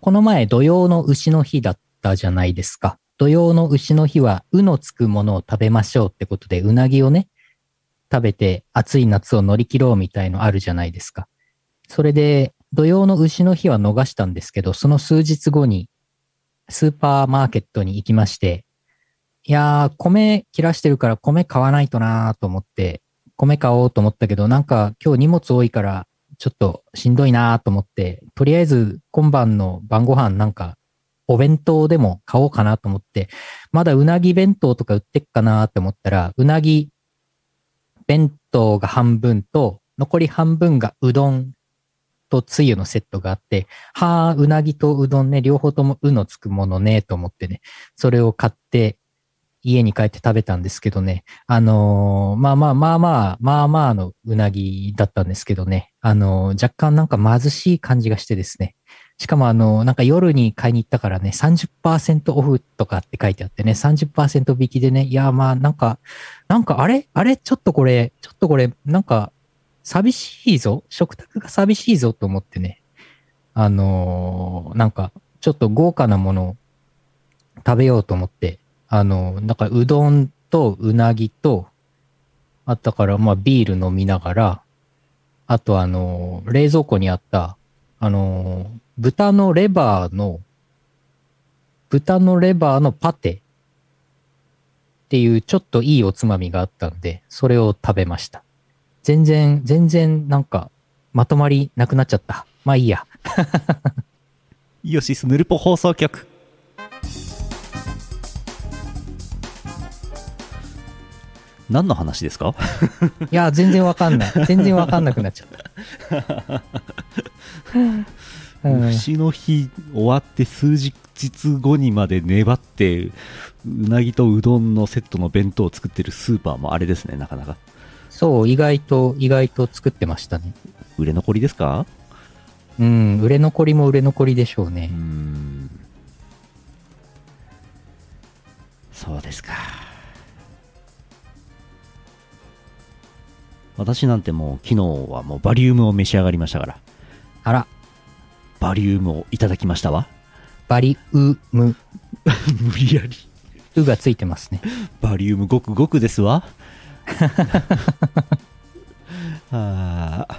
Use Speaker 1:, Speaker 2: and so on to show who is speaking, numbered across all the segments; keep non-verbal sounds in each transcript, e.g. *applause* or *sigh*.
Speaker 1: この前土曜の牛の日だったじゃないですか。土曜の牛の日は、うのつくものを食べましょうってことで、うなぎをね、食べて暑い夏を乗り切ろうみたいのあるじゃないですか。それで、土曜の牛の日は逃したんですけど、その数日後に、スーパーマーケットに行きまして、いやー、米切らしてるから米買わないとなーと思って、米買おうと思ったけど、なんか今日荷物多いから、ちょっとしんどいなーと思って、とりあえず今晩の晩ご飯なんか、お弁当でも買おうかなと思って、まだうなぎ弁当とか売ってっかなーって思ったら、うなぎ弁当が半分と、残り半分がうどんとつゆのセットがあって、はあ、うなぎとうどんね、両方ともうのつくものね、と思ってね、それを買って、家に帰って食べたんですけどね、あのーまあまあまあまあ、まあまあのうなぎだったんですけどね、あのー若干なんか貧しい感じがしてですね、しかもあのーなんか夜に買いに行ったからね、30%オフとかって書いてあってね、30%引きでね、いやまあなんか、なんかあれあれちょっとこれ、ちょっとこれ、なんか寂しいぞ食卓が寂しいぞと思ってね、あのーなんか、ちょっと豪華なものを食べようと思って、あのーなんかうどんとうなぎと、あったから、まあビール飲みながら、あとあのー冷蔵庫にあった、あのー豚のレバーの、豚のレバーのパテっていうちょっといいおつまみがあったんで、それを食べました。全然、全然なんかまとまりなくなっちゃった。まあいいや。
Speaker 2: イオシスヌルポ放送局何の話ですか
Speaker 1: いや、全然わかん
Speaker 2: *laughs*
Speaker 1: ない。全然わかんなくなっちゃった。うん、
Speaker 2: 牛の日終わって数日後にまで粘ってうなぎとうどんのセットの弁当を作ってるスーパーもあれですねなかなか
Speaker 1: そう、意外と、意外と作ってましたね。
Speaker 2: 売れ残りですか
Speaker 1: うん、売れ残りも売れ残りでしょう
Speaker 2: うー
Speaker 1: ね。
Speaker 2: んそうですか私なんてもう昨日はもうバリウムを召し上がりましたから
Speaker 1: あら、
Speaker 2: バリウムをいただきましたわ
Speaker 1: バリウム、
Speaker 2: *laughs* 無理やり
Speaker 1: ウがついてますね。
Speaker 2: バリウムごくごくです *laughs* わあー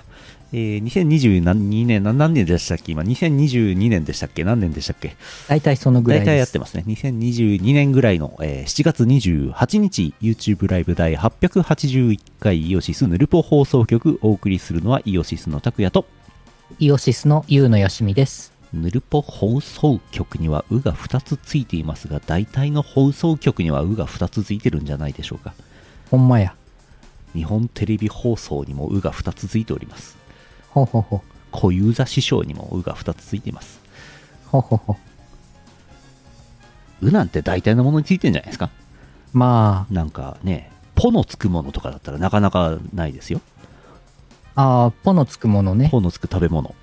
Speaker 2: えー、2022年な何年でしたっけ今2022年でしたっけ何年でしたっけ
Speaker 1: 大体そのぐらい
Speaker 2: 大
Speaker 1: です。
Speaker 2: 体やってますね。2022年ぐらいの、えー7月28日、YouTube ライブ第881回イオシスヌルポ放送局、お送りするのはイオシスの拓也と、
Speaker 1: イオシスのユウのよしみです。
Speaker 2: ヌルポ放送局には「う」が2つついていますが、大体の放送局には「う」が2つついてるんじゃないでしょうか。
Speaker 1: ほんまや。
Speaker 2: 日本テレビ放送にも「う」が2つついております。
Speaker 1: ほうほうほう。
Speaker 2: 小遊三師匠にも「う」が2つついています。
Speaker 1: ほうほうほう。
Speaker 2: うなんて大体のものについてんじゃないですか。
Speaker 1: ま
Speaker 2: なんかね、ポのつくものとかだったらなかなかないですよ。
Speaker 1: あ、あーポのつくものね。
Speaker 2: ポのつく食べ物。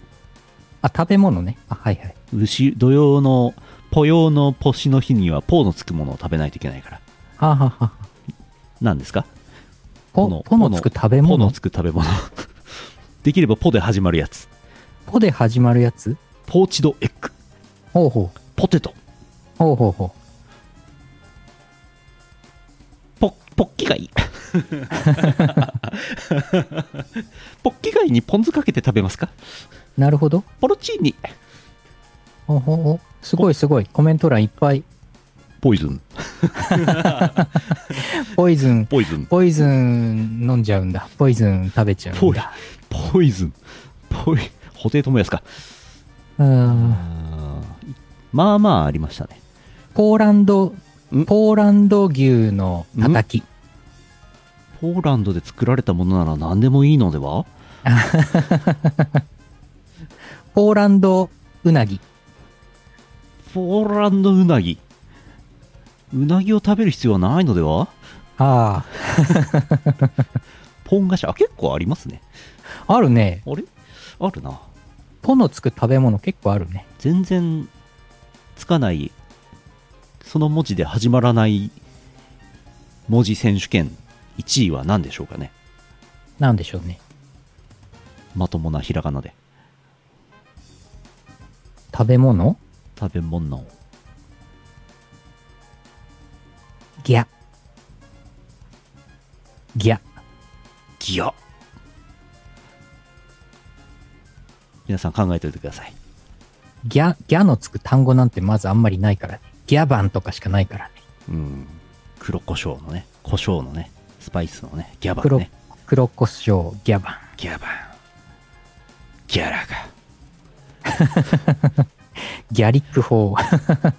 Speaker 1: あ、食べ物ね。あ、はいはい。
Speaker 2: 牛土曜のポ用のポシの日にはポーのつくものを食べないといけないから
Speaker 1: はあ、はあはあ、
Speaker 2: 何ですか
Speaker 1: ポ
Speaker 2: ポの
Speaker 1: ポのつく食べ
Speaker 2: ポ
Speaker 1: 物
Speaker 2: のつく食べ物 *laughs* できればポで始まるやつ
Speaker 1: ポで始まるやつ
Speaker 2: ポーチドエッグ
Speaker 1: ほうほう。
Speaker 2: ポテト
Speaker 1: ほうほうほう。
Speaker 2: ポポッキ貝 *laughs* ポッキ貝にポン酢かけて食べますか
Speaker 1: なるほど。
Speaker 2: ポロチーニ
Speaker 1: ほうほうほう。すごいすごい。コメント欄いっぱい。
Speaker 2: ポイズン
Speaker 1: ポイズン、
Speaker 2: ポイズン
Speaker 1: ポイズン飲んじゃうんだ。ポイズン食べちゃうん
Speaker 2: ポイ
Speaker 1: だ。
Speaker 2: ポイズンポイ布袋寅泰か
Speaker 1: うーん。
Speaker 2: あーまあまあありましたね
Speaker 1: ポーランド
Speaker 2: ん、
Speaker 1: ポーランド牛のたたき。
Speaker 2: ポーランドで作られたものなら何でもいいのでは
Speaker 1: ポーランドうなぎ。
Speaker 2: ポーランドうなぎうなぎを食べる必要はないのでは
Speaker 1: あ
Speaker 2: ポン菓子あ結構ありますね
Speaker 1: あ。あるね。
Speaker 2: あれあるな
Speaker 1: ポのつく食べ物結構あるね。
Speaker 2: 全然つかないその文字で始まらない文字選手権1位は何でしょうかね
Speaker 1: なんでしょうね。
Speaker 2: まともなひらがなで
Speaker 1: 食べ物
Speaker 2: 食べ物
Speaker 1: ギャ。ギャ。
Speaker 2: ギャ皆さん考えておいてください
Speaker 1: ギャ、ギャのつく単語なんてまずあんまりないからね。ギャバンとかしかないからね。
Speaker 2: うん黒胡椒のね胡椒のねスパイスのねギャバン
Speaker 1: 黒
Speaker 2: ね、
Speaker 1: 黒胡椒、ギャバン。
Speaker 2: ギャバンギャラが
Speaker 1: ギャリック法。
Speaker 2: ギャ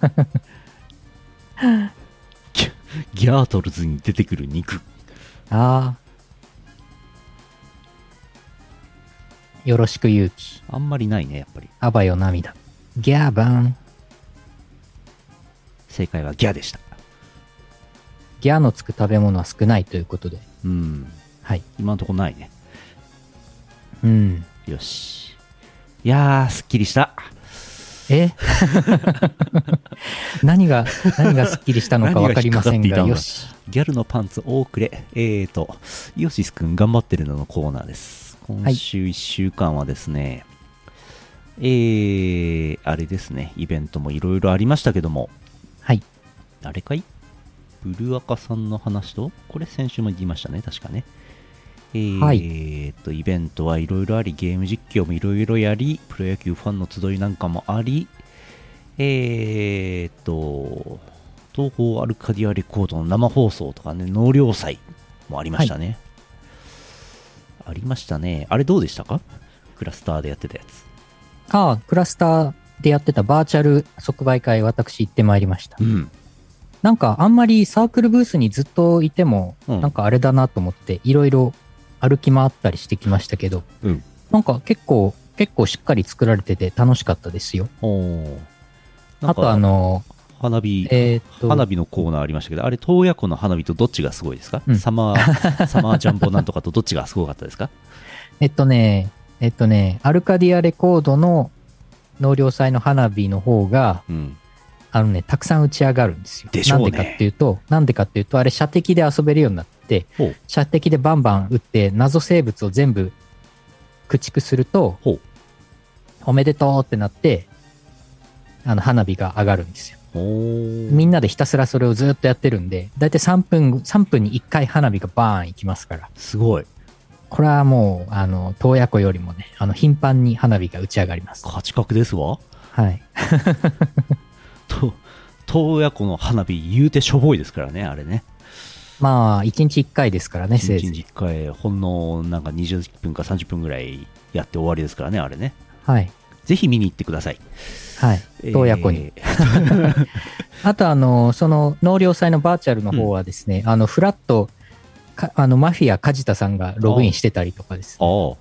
Speaker 2: ギャートルズに出てくる肉
Speaker 1: ああ。よろしく勇気。
Speaker 2: あんまりないねやっぱり
Speaker 1: あばよ涙。ギャバン。
Speaker 2: 正解はギャでした
Speaker 1: ギャのつく食べ物は少ないということで。
Speaker 2: うん
Speaker 1: はい。
Speaker 2: 今のとこないね
Speaker 1: うん。
Speaker 2: よしいやーすっきりした
Speaker 1: え *laughs* 何が、何がすっきりしたのか
Speaker 2: 何が
Speaker 1: わかりません
Speaker 2: 引っかか
Speaker 1: が、よ
Speaker 2: っていたのか
Speaker 1: し。
Speaker 2: ギャルのパンツ多くれえーとイオシスくん頑張ってるののコーナーです今週1週間はですね、えーあれですねイベントもいろいろありましたけども
Speaker 1: はい。
Speaker 2: あれかいブルアカさんの話と、これ先週も言いましたね、確かね。えー
Speaker 1: はい
Speaker 2: えーっと、イベントはいろいろあり、ゲーム実況もいろいろやり、プロ野球ファンの集いなんかもあり、えー、っと、東方アルカディアレコードの生放送とかね、納涼祭もありましたね。ありましたね。あれどうでしたかクラスターでやってたやつ。
Speaker 1: ああ、クラスターでやってたバーチャル即売会、私行ってまいりました。
Speaker 2: うん。
Speaker 1: なんかあんまりサークルブースにずっといても、
Speaker 2: うん
Speaker 1: なんかあれだなと思って、いろいろ歩き回ったりしてきましたけど、
Speaker 2: うん
Speaker 1: なんか結構、結構しっかり作られてて楽しかったですよ。
Speaker 2: おーなん
Speaker 1: あと
Speaker 2: か
Speaker 1: あの、
Speaker 2: 花火、
Speaker 1: えーっと、
Speaker 2: 花火のコーナーありましたけど、あれ、洞爺湖の花火とどっちがすごいですか、
Speaker 1: うん
Speaker 2: サマ
Speaker 1: *laughs*
Speaker 2: ー、サマージャンボなんとかとどっちがすごかったですか
Speaker 1: えっとね、えっとね、アルカディアレコードの納涼祭の花火の方が、
Speaker 2: うん。
Speaker 1: あのね、たくさん打ち上がるんですよ。
Speaker 2: でしょうね
Speaker 1: なんでかっていうと、なんでかっていうと、あれ射的で遊べるようになって
Speaker 2: ほう、
Speaker 1: 射的でバンバン撃って、謎生物を全部駆逐すると、
Speaker 2: ほう。
Speaker 1: おめでとうってなって、あの、花火が上がるんですよ。
Speaker 2: おー
Speaker 1: みんなでひたすらそれをずっとやってるんで、だいたい3分、3分に1回花火がバーンいきますから、
Speaker 2: すごい。
Speaker 1: これはもう、あの、洞爺湖よりもね、あの、頻繁に花火が打ち上がります。
Speaker 2: 価値格ですわ。
Speaker 1: はい。
Speaker 2: と、洞爺湖の花火、言うてしょぼいですからね、あれね。
Speaker 1: まあ、1日1回ですからね、せい
Speaker 2: 1
Speaker 1: ぜ
Speaker 2: 日
Speaker 1: い。
Speaker 2: 1回、ほんのなんか20分か30分ぐらいやって終わりですからね、あれね。
Speaker 1: はい。
Speaker 2: ぜひ見に行ってください。
Speaker 1: はい。洞爺湖に。
Speaker 2: えー
Speaker 1: あとあの、その納涼祭のバーチャルの方はですね、あの、フラット、かあのマフィア梶田さんがログインしてたりとかです、
Speaker 2: ああ、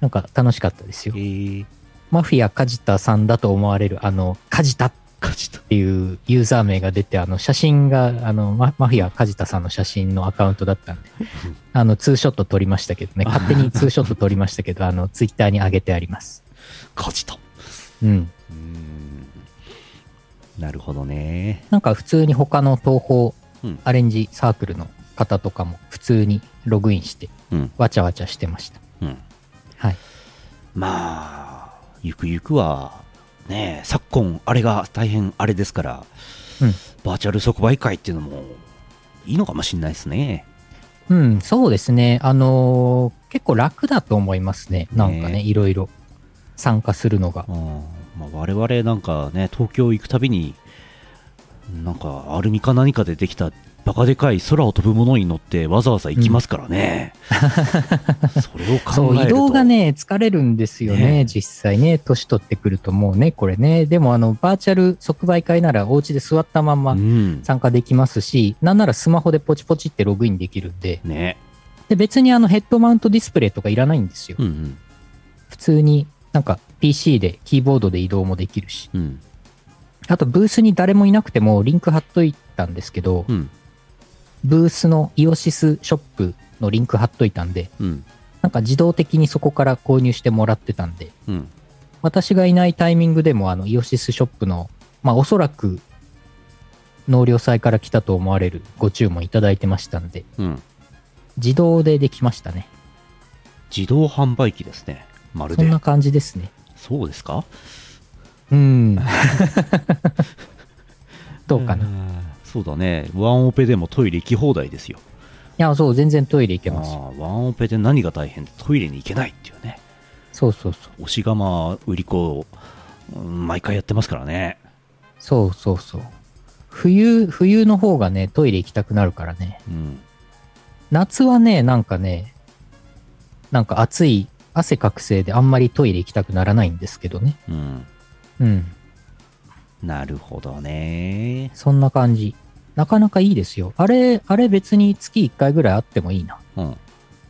Speaker 1: なんか楽しかったですよ
Speaker 2: え。ー、
Speaker 1: マフィア梶田さんだと思われる、あの、梶田っ
Speaker 2: 勝ちと。
Speaker 1: ていうユーザー名が出て、あの、写真が、あの、ママフィア梶田さんの写真のアカウントだったんで、あの、ツーショット撮りましたけどね、勝手にツーショット撮りましたけど、あの、ツイッターに上げてあります。
Speaker 2: 勝ちと。
Speaker 1: うん。
Speaker 2: うーん。なるほどね。
Speaker 1: なんか普通に他の東宝
Speaker 2: うん
Speaker 1: アレンジサークルの方とかも普通にログインして
Speaker 2: うん、
Speaker 1: わちゃわちゃしてました。
Speaker 2: うん。
Speaker 1: はい。
Speaker 2: まあ、ゆくゆくは、ねえ、昨今、あれが大変あれですから、
Speaker 1: うん
Speaker 2: バーチャル即売会っていうのもいいのかもしれないですね。
Speaker 1: うん、そうですね。あのー結構楽だと思いますね。なんか
Speaker 2: ね
Speaker 1: ね、いろいろ参加するのが
Speaker 2: う。んまあ、我々なんかね、東京行くたびに、なんかアルミか何かでできたバカでかい空を飛ぶものに乗ってわざわざ行きますからね。それを
Speaker 1: そ
Speaker 2: 考
Speaker 1: う、移
Speaker 2: えると
Speaker 1: 動がね、疲れるんですよね、
Speaker 2: ね
Speaker 1: 実際ね。年取ってくるともうね、これね。でも、あの、バーチャル即売会ならお家で座ったまん
Speaker 2: う
Speaker 1: ま
Speaker 2: ん、
Speaker 1: 参加できますし、なんならスマホでポチポチってログインできるんで、
Speaker 2: ね、
Speaker 1: で、別にあのヘッドマウントディスプレイとかいらないんですよ。
Speaker 2: うんうん
Speaker 1: 普通になんか PC でキーボードで移動もできるし。
Speaker 2: うん
Speaker 1: あとブースに誰もいなくてもリンク貼っといたんですけど、
Speaker 2: うん
Speaker 1: ブースのイオシスショップのリンク貼っといたんで、
Speaker 2: うん
Speaker 1: なんか自動的にそこから購入してもらってたんで、
Speaker 2: うん
Speaker 1: 私がいないタイミングでもあのイオシスショップの、まあおそらく納涼祭から来たと思われるご注文いただいてましたんで、
Speaker 2: うん
Speaker 1: 自動でできましたね。
Speaker 2: 自動販売機ですね、まる
Speaker 1: そ
Speaker 2: で
Speaker 1: んな。感じですね。
Speaker 2: そうですか
Speaker 1: うん。 *laughs* どうかな。い
Speaker 2: なそうだねワンオペでもトイレ行き放題ですよ
Speaker 1: や、そう、全然トイレ行け
Speaker 2: あ
Speaker 1: ます。
Speaker 2: ーワンオペで何が大変ってトイレに行けないっていうね
Speaker 1: そうそうそう。
Speaker 2: 押し釜売り子うん毎回やってますからね
Speaker 1: そうそうそう。冬、冬の方がね、トイレ行きたくなるからね。
Speaker 2: うん
Speaker 1: 夏はね、なんかね、なんか暑い、汗覚醒であんまりトイレ行きたくならないんですけどね。
Speaker 2: うん
Speaker 1: うん。
Speaker 2: なるほどね
Speaker 1: そんな感じ。なかなかいいですよ。あれ、あれ別に月1回ぐらいあってもいいな。
Speaker 2: うん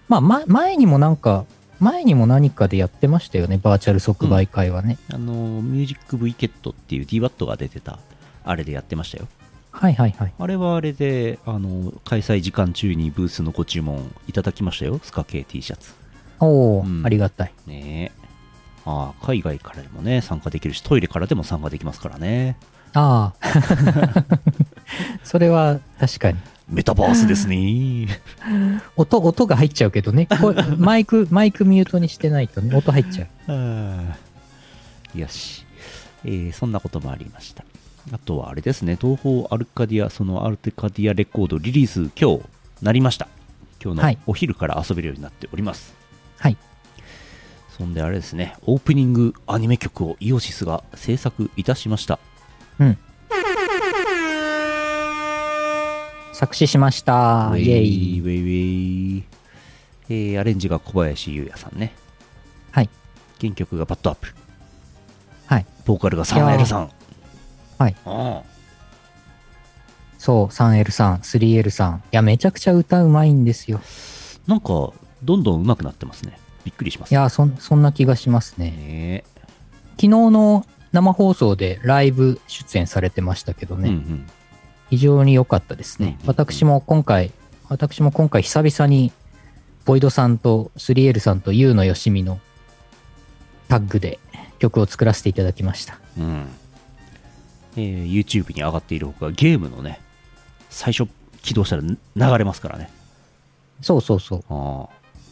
Speaker 1: まあ、ま、前にもなんか、前にも何かでやってましたよね。バーチャル即売会はね。
Speaker 2: あのミュージック V ケットっていう DWAT が出てたあれでやってましたよ
Speaker 1: はいはいはい。
Speaker 2: あれはあれであの開催時間中にブースのご注文いただきましたよスカ系 T シャツ
Speaker 1: おお、
Speaker 2: うん
Speaker 1: ありがたい。
Speaker 2: ねえああ海外からでもね参加できるしトイレからでも参加できますからね
Speaker 1: ああ。
Speaker 2: *laughs*
Speaker 1: *laughs* それは確かに。
Speaker 2: メタバースで
Speaker 1: *laughs*
Speaker 2: すね
Speaker 1: 音、音が入っちゃう *laughs* けどね。これマイク、マイクミュートにしてないとね、音入っちゃう。
Speaker 2: ああよし、えーそんなこともありましたあとはあれですね東方アルカディアそのアルカディアレコードリリース今日なりました今日
Speaker 1: は
Speaker 2: の
Speaker 1: い
Speaker 2: お昼から遊べるようになっております、
Speaker 1: はい。
Speaker 2: そんであれですねオープニングアニメ曲をイオシスが制作いたしました
Speaker 1: うん。作詞しました。
Speaker 2: ウェ
Speaker 1: イェ
Speaker 2: イ
Speaker 1: イ。
Speaker 2: ウェイウェイ、えーアレンジが小林優也さんね
Speaker 1: はい。
Speaker 2: 原曲がバッドアップ
Speaker 1: はい。
Speaker 2: ボーカルがサナエルさん
Speaker 1: はい。
Speaker 2: あ
Speaker 1: そう、3L さん、3L さん。いや、めちゃくちゃ歌うまいんですよ。
Speaker 2: あなんかどんどん上手くなってますねびっくりします
Speaker 1: いや、そん、そんな気がしますね。
Speaker 2: ね
Speaker 1: 昨日の生放送でライブ出演されてましたけど
Speaker 2: うんう
Speaker 1: ね、
Speaker 2: ん
Speaker 1: 非常に良かったですね。
Speaker 2: うん
Speaker 1: 私も今回、私も今回久々に、ボイドさんと 3L さんと U のよしみのタッグで曲を作らせていただきました。
Speaker 2: うんえー YouTube に上がっているほかゲームのね最初起動したら流れますからね
Speaker 1: そうそうそう。
Speaker 2: あ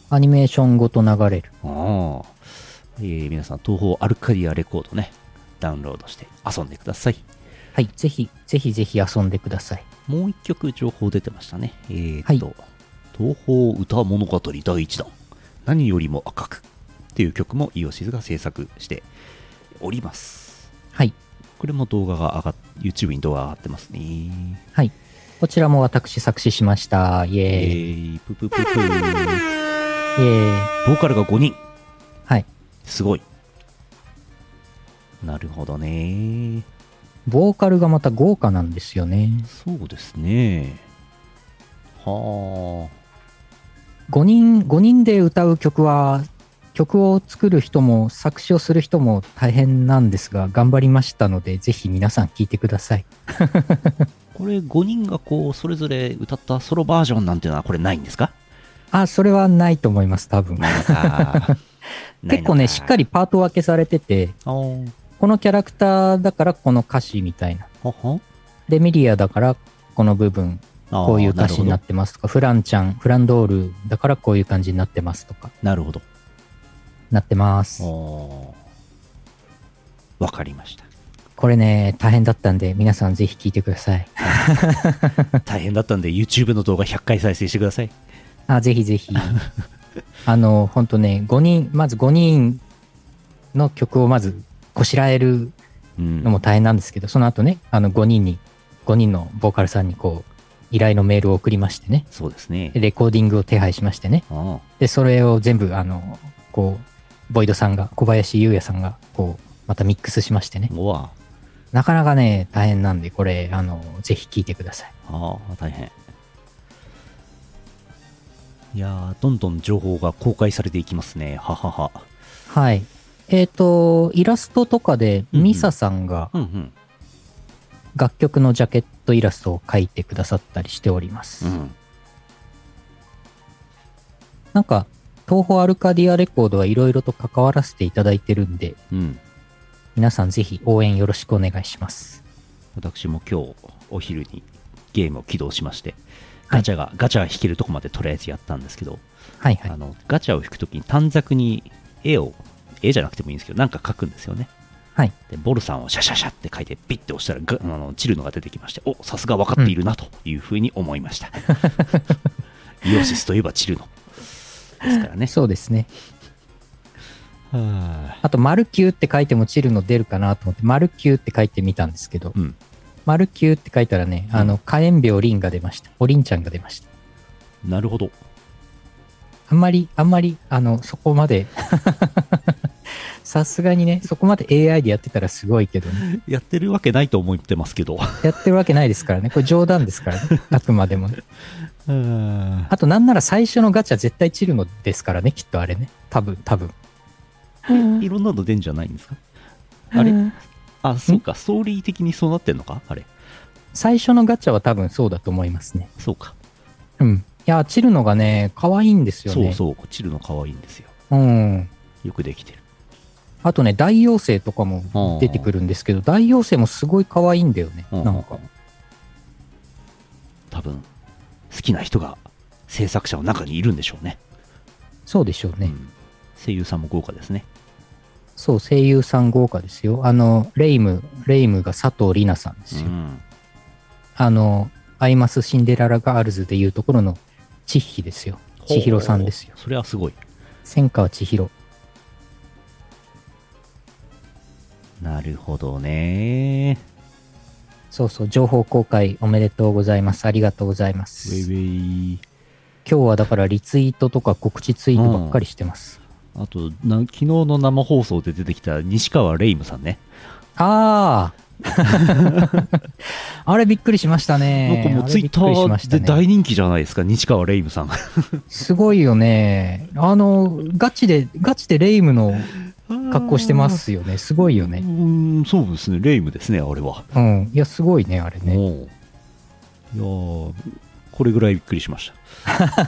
Speaker 2: あ
Speaker 1: アニメーションごと流れる。
Speaker 2: ああ、えー皆さん、東方アルカディアレコードね、ダウンロードして遊んでください。
Speaker 1: はい。ぜひ、ぜひぜひ遊んでください。
Speaker 2: もう一曲情報出てましたね。えー、
Speaker 1: はい
Speaker 2: と、東方歌物語第1弾、何よりも赤くっていう曲もイオシスが制作しております。
Speaker 1: はい。
Speaker 2: これも動画が上がっ、YouTube に動画が上がってますね。
Speaker 1: はい。こちらも私作詞しました。イエ
Speaker 2: え
Speaker 1: ーイ。
Speaker 2: ー、ぷぷぷぷ。
Speaker 1: イエーイ。
Speaker 2: ボーカルが5人。
Speaker 1: はい。
Speaker 2: すごい。なるほどね。
Speaker 1: ボーカルがまた豪華なんですよね。
Speaker 2: そうですね。はあ。
Speaker 1: 5人、5人で歌う曲は、曲を作る人も作詞をする人も大変なんですが、頑張りましたので、ぜひ皆さん聴いてください。
Speaker 2: これ5人がこうそれぞれ歌ったソロバージョンなんていうのはこれないんですか
Speaker 1: あ、それはないと思います、多分。
Speaker 2: ないのか
Speaker 1: *laughs*
Speaker 2: ない
Speaker 1: 結
Speaker 2: の
Speaker 1: 構ね、しっかりパート分けされてて、
Speaker 2: あー
Speaker 1: このキャラクターだからこの歌詞みたいな。
Speaker 2: はは
Speaker 1: で、ミリアだからこの部分、
Speaker 2: あー
Speaker 1: こういう歌詞になってますとか、フランちゃん、フランドールだからこういう感じになってますとか、
Speaker 2: なるほどなる
Speaker 1: なってます。
Speaker 2: ほどあーわかりました
Speaker 1: *laughs* これね、大変だったんで、皆さんぜひ聴いてください。
Speaker 2: 大変だったんで YouTube の動画100回再生してください
Speaker 1: あ、ぜひぜ
Speaker 2: *laughs*
Speaker 1: ひ。あの、ほんとね、5人、まず5人の曲をまずこしらえる
Speaker 2: うん
Speaker 1: のも大変なんですけど、その後ね、あの5人に、5人のボーカルさんにこう、依頼のメールを送りましてね、
Speaker 2: そうですね
Speaker 1: でレコーディングを手配しましてね、
Speaker 2: あ
Speaker 1: で、それを全部、あの、こう、ボイドさんが、小林優也さんが、こう、またミックスしましてね
Speaker 2: ー、うわ
Speaker 1: なかなかね、大変なんで、これ、あの、ぜひ聴いてください。
Speaker 2: ああ大変いやーどんどん情報が公開されていきますねははは
Speaker 1: はい。えっ、と、イラストとかで、
Speaker 2: うんうん
Speaker 1: ミサさんが、
Speaker 2: うんうん
Speaker 1: 楽曲のジャケットイラストを描いてくださったりしております。
Speaker 2: うん、
Speaker 1: なんか、東宝アルカディアレコードはいろいろと関わらせていただいてるんで、
Speaker 2: うん、
Speaker 1: 皆さんぜひ応援よろしくお願いします。
Speaker 2: 私も今日お昼にゲームを起動しまして
Speaker 1: はい
Speaker 2: ガチャが、ガチャが引けるとこまでとりあえずやったんですけど、
Speaker 1: はいはい
Speaker 2: あ。のガチャを引くときに短冊に絵を絵じゃなくてもいいんですけどなんか描くんですよね
Speaker 1: はい
Speaker 2: でボルさんをシャシャシャって書いてピッて押したらガあのチルノが出てきましておさすが分かっているなというふうに思いました、 *laughs* イオシスといえばチルノですからね
Speaker 1: そうですね。
Speaker 2: は
Speaker 1: あと、丸9って書いてもチルの出るかなと思って、丸9って書いてみたんですけど
Speaker 2: い、うん
Speaker 1: 丸9って書いたらね、あの、火炎病リンが出ました。おりんちゃんが出ました。
Speaker 2: なるほど
Speaker 1: あんまり、あんまり、あの、そこまで、 *laughs* さすがにね、そこまで AI でやってたらすごいけどね。
Speaker 2: やってるわけないと思ってます *laughs* けど
Speaker 1: やってるわけないですからね。これ冗談ですからね。あくまでもね。
Speaker 2: うん
Speaker 1: あと、なんなら最初のガチャ絶対チルのですからね、きっとあれね。多分、多分。
Speaker 2: いろんなの出んじゃないんですかあれあそうかストーリー的にそうなってんのかあれ
Speaker 1: 最初のガチャは多分そうだと思いますね。
Speaker 2: そうか
Speaker 1: うん。いや、チルのがね、可愛いんですよ
Speaker 2: そう
Speaker 1: ね。
Speaker 2: そうチルノ可愛いんですよ
Speaker 1: う。うん。
Speaker 2: よくできてる
Speaker 1: あとね、大妖精とかも出てくるんですけど、大妖精もすごい可愛いんだよね。
Speaker 2: うん
Speaker 1: なんか。
Speaker 2: 多分好きな人が制作者の中にいるんでしょうね
Speaker 1: そうでしょうね。
Speaker 2: うん声優さんも豪華ですね
Speaker 1: そう、声優さん豪華ですよ。あの、レイム、レイムが佐藤里奈さんですよ。
Speaker 2: ん
Speaker 1: あの、アイマスシンデレラガールズでいうところの千尋ですよ。千尋さんですよ。
Speaker 2: それはすごい
Speaker 1: 千川千尋。
Speaker 2: なるほどね
Speaker 1: そうそう、情報公開おめでとうございます。ありがとうございま
Speaker 2: ウ
Speaker 1: す。
Speaker 2: ェイウェイ
Speaker 1: 今日はだからリツイートとか告知ツイートばっかりしてます。
Speaker 2: あとな昨日の生放送で出てきた西川レイムさんね、
Speaker 1: あ *laughs* ああれびっくりしましたね。
Speaker 2: なんかもうツイッタ
Speaker 1: あれびっくりしまし
Speaker 2: ー
Speaker 1: た
Speaker 2: で
Speaker 1: ね
Speaker 2: 大人気じゃないですか、西川レイムさん
Speaker 1: すごいよね。あの、ガチで、ガチでレイムの格好してますよね。すごいよ
Speaker 2: う
Speaker 1: ね。
Speaker 2: ーんそうですねレイムですねあれは、
Speaker 1: うん。いや、すごいね、あれね。
Speaker 2: もういやーこれぐらいびっくりしました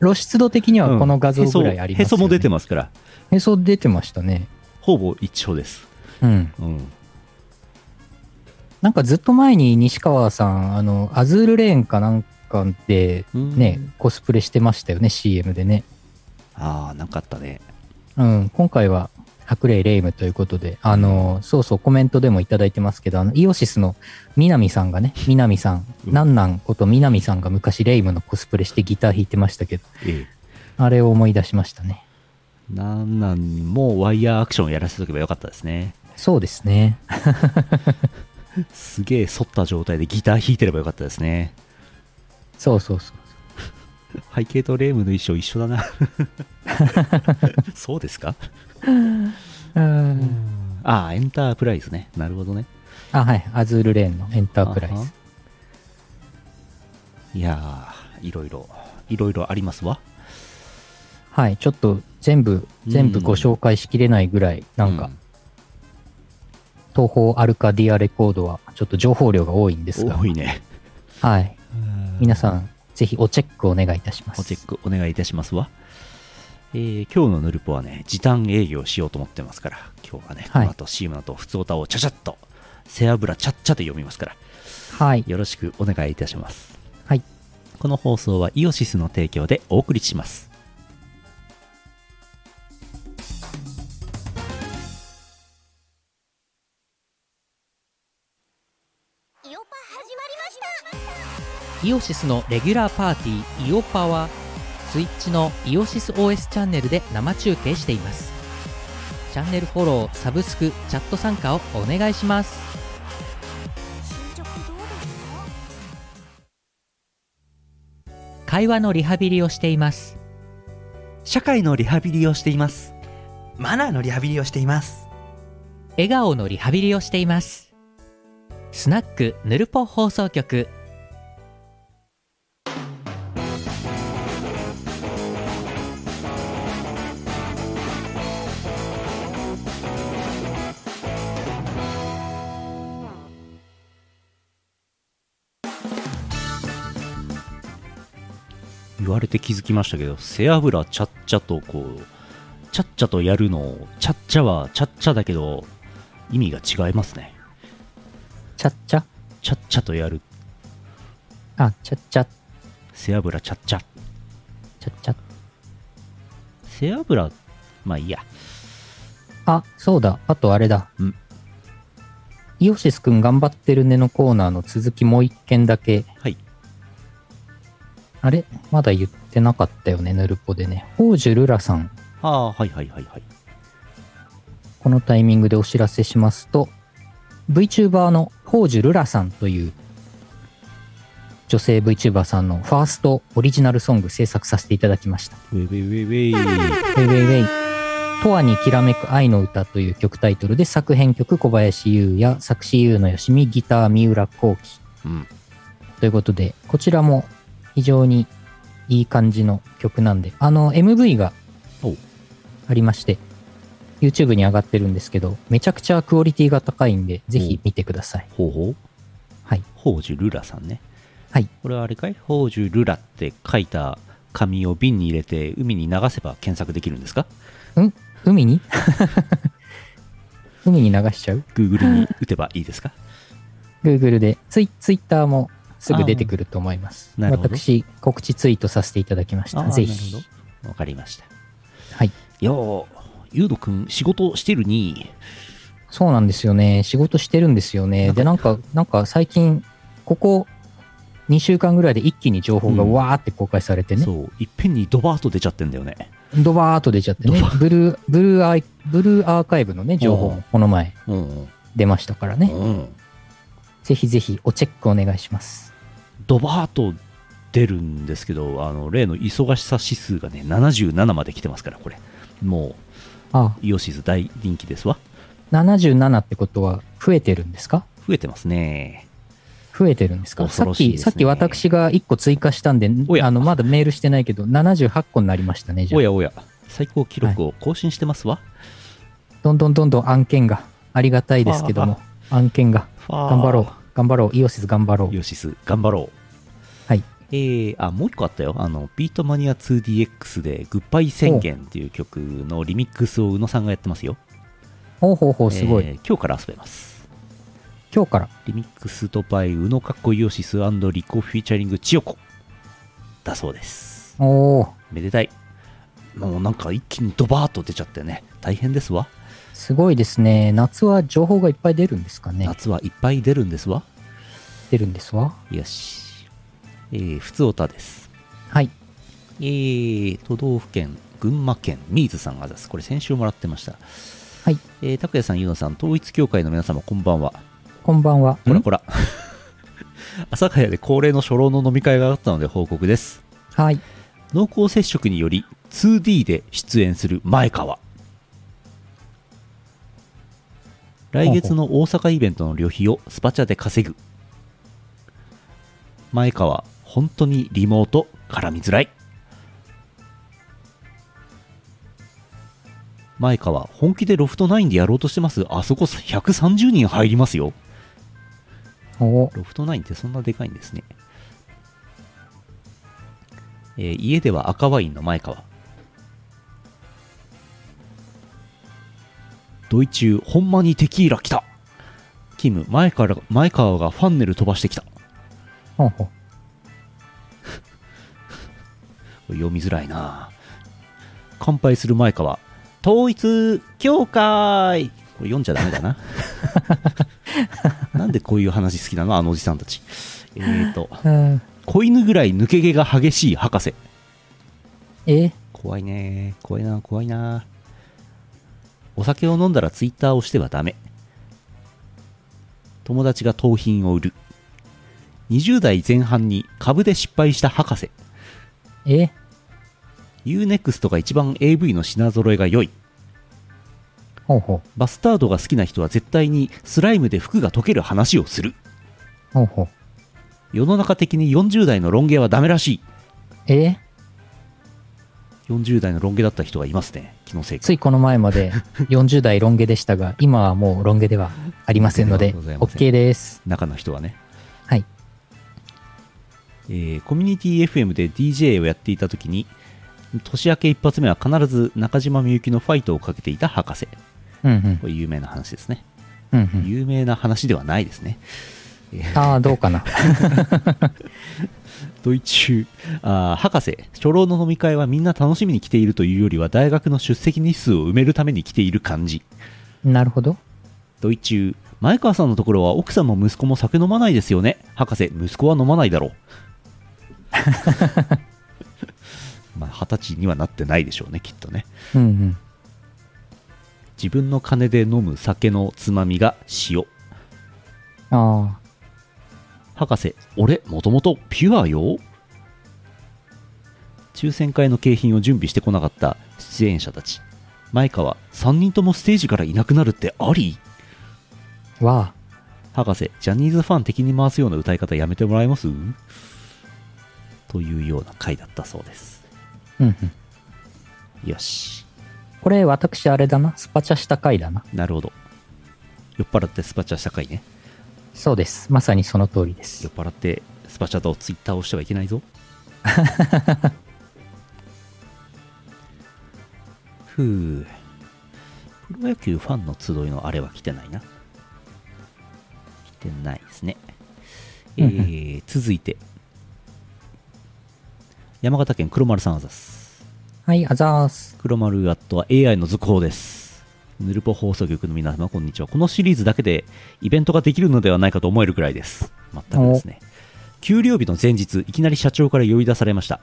Speaker 1: 露出度的にはこの画像
Speaker 2: うんへそ
Speaker 1: ぐらいありますよ、ね
Speaker 2: へそも出てますから
Speaker 1: へそ出てましたね。
Speaker 2: ほぼ一緒です
Speaker 1: うん。
Speaker 2: うん
Speaker 1: なんかずっと前に西川さん、あの、アズールレーンかなんかで、ね、コスプレしてましたよね、CM でね。
Speaker 2: ああなんかあったね
Speaker 1: うん、今回は白麗レイムということで、あの、そうそう、コメントでもいただいてますけど、あの、イオシスの南さんがね、南さん、
Speaker 2: うん
Speaker 1: なんなんこと南さんが昔レイムのコスプレしてギター弾いてましたけど、
Speaker 2: ええ
Speaker 1: あれを思い出しましたね。
Speaker 2: なんなんもうワイヤーアクションやらせておけばよかったですね
Speaker 1: そうですね。
Speaker 2: すげえ反った状態でギター弾いてればよかったですね
Speaker 1: そうそうそう。
Speaker 2: 背景とレイムの衣装一緒だ
Speaker 1: *laughs*
Speaker 2: なそうですか
Speaker 1: うん、
Speaker 2: ああエンタープライズねなるほどね
Speaker 1: あ、はい、アズールレーンのエンタープライ
Speaker 2: あは
Speaker 1: ズ。
Speaker 2: いやーいろいろいろいろありますわ
Speaker 1: はい、ちょっと全部、全部ご紹介しきれないぐらい、なんか、東宝アルカディアレコードは、ちょっと情報量が多いんです
Speaker 2: うん
Speaker 1: が
Speaker 2: 多、いね
Speaker 1: はい、皆さん、ぜひおチェックお願いいたします。
Speaker 2: おチェックお願いいたしますわ。えー今日のヌルポはね、時短営業しようと思ってますから、今日はね、
Speaker 1: はい
Speaker 2: この後 CM の後、普通歌をちゃちゃっと、背脂ちゃっちゃで読みますから、
Speaker 1: はい。
Speaker 2: よろしくお願いいたします。
Speaker 1: はい。
Speaker 2: この放送はイオシスの提供でお送りします。
Speaker 3: イオパ始まりました
Speaker 1: イオシスのレギュラーパーティー、イオパは、スイッチのイオシス OS チャンネルで生中継しています。チャンネルフォロー、サブスク、チャット参加をお願いします。
Speaker 3: 進捗どうですか
Speaker 1: 会話のリハビリをしています。
Speaker 2: 社会のリハビリをしています。
Speaker 4: マナーのリハビリをしています
Speaker 1: 笑顔のリハビリをしています。スナックぬるぽ放送局
Speaker 2: 言われて気づきましたけど、背脂ちゃっちゃとこう、ちゃっちゃとやるのを、ちゃっちゃはちゃっちゃだけど、意味が違いますね。
Speaker 1: ちゃっちゃ
Speaker 2: ちゃっちゃとやる、
Speaker 1: あ、ちゃっちゃ、
Speaker 2: 背脂ちゃっちゃ。
Speaker 1: ちゃっちゃ。
Speaker 2: 背脂まあいいや
Speaker 1: あ、そうだ。あとあれだ。
Speaker 2: うん
Speaker 1: イオシスくん頑張ってるねのコーナーの続きもう一件だけ。
Speaker 2: はい。
Speaker 1: あれまだ言ってなかったよね、ヌルポでね。王子ルラさん。
Speaker 2: ああ、はいはいはいはい。
Speaker 1: このタイミングでお知らせしますと、VTuber の宝珠ルラさんという女性 VTuber さんのファーストオリジナルソング制作させていただきました。
Speaker 2: ウェイウェイウェイウ
Speaker 1: ウ
Speaker 2: ェイ。
Speaker 1: ェイウェイウェイ。とわにきらめく愛の歌という曲タイトルで作編曲小林優也、作詞優のよしみ、ギター三浦幸喜
Speaker 2: うん。
Speaker 1: ということで、こちらも非常にいい感じの曲なんで、あの MV が
Speaker 2: お
Speaker 1: ありまして、YouTube に上がってるんですけど、めちゃくちゃクオリティが高いんで、ぜひ見てください。
Speaker 2: ほうほう
Speaker 1: はい。
Speaker 2: 宝珠ルラさんね。
Speaker 1: はい。
Speaker 2: これはあれかい宝珠ルラって書いた紙を瓶に入れて海に流せば検索できるんですか
Speaker 1: 海に *laughs* 海に流しちゃう
Speaker 2: ?Google に打てばいいですか
Speaker 1: ?Google で、ツイ Twitter もすぐ出てくると思います。
Speaker 2: あーなるほど
Speaker 1: 私、告知ツイートさせていただきまし
Speaker 2: あ
Speaker 1: た。
Speaker 2: ー
Speaker 1: ぜ
Speaker 2: な
Speaker 1: ひ
Speaker 2: る。ほどわかりました。
Speaker 1: はい。
Speaker 2: よー、ゆうどくん仕事してるに。
Speaker 1: そうなんですよね。仕事してるんですよね。で、なんか、なんか最近、ここ2週間ぐらいで一気に情報が
Speaker 2: うん
Speaker 1: わーって公開されてね、
Speaker 2: そう、いっぺんにドバーッと出ちゃってんだよね。
Speaker 1: ドバーっと出ちゃってね
Speaker 2: ドバ、
Speaker 1: ブルー、ブルーアイ、ブルーアーカイブのね、情報
Speaker 2: うん
Speaker 1: もこの前
Speaker 2: うん。
Speaker 1: 出ましたからね。
Speaker 2: うん。
Speaker 1: ぜひぜひおチェックお願いします。
Speaker 2: ドバーッと出るんですけど、あの例の忙しさ指数がね、77まで来てますから、これ。も
Speaker 1: あ
Speaker 2: う、イオシス大人気ですわ。
Speaker 1: あ、77ってことは増えてるんですか
Speaker 2: 増えてますね。
Speaker 1: 増えてるんですか
Speaker 2: 恐
Speaker 1: さ
Speaker 2: ろ
Speaker 1: っ
Speaker 2: しいで
Speaker 1: き、
Speaker 2: すね
Speaker 1: さっき私が1個追加したんで
Speaker 2: お、や
Speaker 1: あの、まだメールしてないけど、78個になりましたね、じゃ
Speaker 2: お
Speaker 1: あ。
Speaker 2: やおや、最高記録を更新してますわ。
Speaker 1: どんどんどんどん案件が、ありがたいですけど
Speaker 2: *laughs*
Speaker 1: も、案件が。頑
Speaker 2: 頑
Speaker 1: 張ろう。頑張ろう。イオシス頑張ろう。
Speaker 2: ヨシス、頑張ろう。
Speaker 1: はい。
Speaker 2: えー、あ、もう一個あったよ。あの、ビートマニア 2DX で、グッバイ宣言っていう曲のリミックスを宇野さんがやってますよ。
Speaker 1: ほうほうほう、すごい。
Speaker 2: えー今日から遊べます。
Speaker 1: 今日から。
Speaker 2: リミックスとバイ、宇野かっこイオシスリコフィーチャリング千代子。だそうです。
Speaker 1: おー、
Speaker 2: めでたい。もうなんか一気にドバーッと出ちゃってね、大変ですわ。
Speaker 1: すごいですね。夏は情報がいっぱい出るんですかね。
Speaker 2: 夏はいっぱい出るんですわ。
Speaker 1: 出るんですわ。
Speaker 2: よし。えー、普通オタです。
Speaker 1: はい。
Speaker 2: えー、都道府県、群馬県、ミーズさんがです。これ先週もらってました。
Speaker 1: はい。
Speaker 2: えー、拓也さん、ゆうのさん、統一教会の皆様、こんばんは。
Speaker 1: こんばんは。
Speaker 2: こら
Speaker 1: ん
Speaker 2: こら。 *laughs* 阿佐ヶ谷で恒例の初老の飲み会があったので報告です。
Speaker 1: はい。
Speaker 2: 濃厚接触により 2D で出演する前川。来月の大阪イベントの旅費をスパチャで稼ぐ。前川、本当にリモート絡みづらい。前川、本気でロフト9でやろうとしてます。あそこ130人入りますよ。
Speaker 1: おー
Speaker 2: ロフト9ってそんなでかいんですね。えー家では赤ワインの前川。ドイチュー、ほんまにテキーラ来たキム、前から、前川がファンネル飛ばしてきた。こ
Speaker 1: ほうほう。
Speaker 2: れ読みづらいな乾杯する前川。統一教会これ読んじゃダメだな。 *laughs* なんでこういう話好きなのあのおじさんたち。えっ、ー、と、
Speaker 1: うん
Speaker 2: 子犬ぐらい抜け毛が激しい博士。
Speaker 1: えー
Speaker 2: 怖いね怖いな怖いなお酒を飲んだらツイッターをしてはダメ友達が盗品を売る20代前半に株で失敗した博士
Speaker 1: えー
Speaker 2: UNEXT が一番 AV の品揃えが良い
Speaker 1: ほうほう。
Speaker 2: バスタードが好きな人は絶対にスライムで服が溶ける話をする
Speaker 1: ほうほう。
Speaker 2: 世の中的に40代のロン毛はダメらしい
Speaker 1: えー
Speaker 2: 40代のロン毛だった人がいますね気のせいか
Speaker 1: ついこの前ま
Speaker 2: *laughs*
Speaker 1: で40代ロン毛でしたが、今はもうロン毛ではありませんので、
Speaker 2: ロン毛ではございません
Speaker 1: OK です。
Speaker 2: 中の人はね
Speaker 1: はい。
Speaker 2: えーコミュニティ FM で DJ をやっていた時に年明け一発目は必ず中島みゆきのファイトをかけていた博士
Speaker 1: うんうん
Speaker 2: これ有名な話ですね、
Speaker 1: うんうん。
Speaker 2: 有名な話ではないですね
Speaker 1: ああ、どうかな。
Speaker 2: ドイツあー博士初老の飲み会はみんな楽しみに来ているというよりは大学の出席日数を埋めるために来ている感じ
Speaker 1: なるほど。
Speaker 2: ドイツ前川さんのところは奥さんも息子も酒飲まないですよね博士息子は飲まな
Speaker 1: *laughs*
Speaker 2: いだろうまあ二十歳にはなってないでしょうねきっとね
Speaker 1: うんうん。
Speaker 2: 自分の金で飲む酒のつまみが塩
Speaker 1: あ
Speaker 2: 博士俺もともとピュアよ抽選会の景品を準備してこなかった出演者たち前川3人ともステージからいなくなるってあり
Speaker 1: あ、わ
Speaker 2: 博士ジャニーズファン敵に回すような歌い方やめてもらえますというような回だったそうです
Speaker 1: あ。うんうん。
Speaker 2: よし
Speaker 1: これ、私、あれだな。スパチャした回だな。
Speaker 2: なるほど酔っ払ってスパチャした回ね
Speaker 1: そうです。まさにその通りで
Speaker 2: 酔
Speaker 1: す
Speaker 2: っ。払ってスパチャとツイッターをしてはいけないぞ *laughs* ふうプロ野球ファンの集いのあれは来てないな来てないですねえ
Speaker 1: うんう
Speaker 2: ー、続いて山形県黒丸さんあざす
Speaker 1: はい、あざーす。
Speaker 2: 黒丸アットは AI の続報ですヌルポ放送局の皆様こんにちはこのシリーズだけでイベントができるのではないかと思えるくらいです全くですね給料日の前日いきなり社長から呼び出されました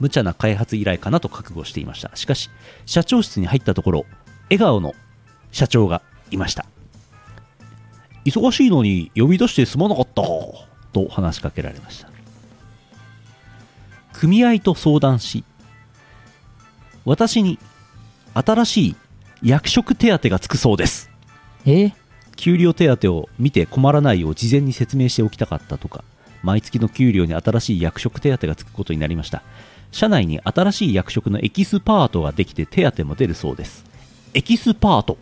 Speaker 2: 無茶な開発依頼かなと覚悟していましたしかし社長室に入ったところ笑顔の社長がいました忙しいのに呼び出してすまなかったと話しかけられました組合と相談し私に新しい役職手当がつくそうです
Speaker 1: えー
Speaker 2: 給料手当を見て困らないよう事前に説明しておきたかったとか毎月の給料に新しい役職手当がつくことになりました社内に新しい役職のエキスパートができて手当も出るそうですエキスパート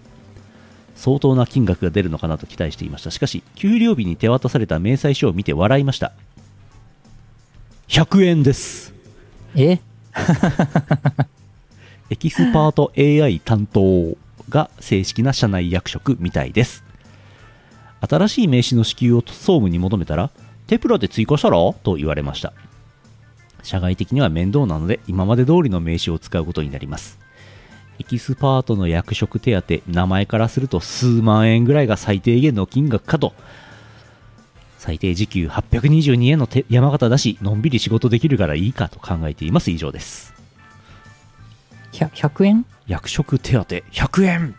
Speaker 2: 相当な金額が出るのかなと期待していましたしかし給料日に手渡された明細書を見て笑いました100円です
Speaker 1: え
Speaker 2: エキスパート AI 担当が正式な社内役職みたいです。新しい名刺の支給を総務に求めたら、テプラで追加したらと言われました。社外的には面倒なので、今まで通りの名刺を使うことになります。エキスパートの役職手当、名前からすると数万円ぐらいが最低限の金額かと。最低時給822円の手山形だし、のんびり仕事できるからいいかと考えています。以上です。
Speaker 1: ひゃ ?100 円
Speaker 2: 役職手当100円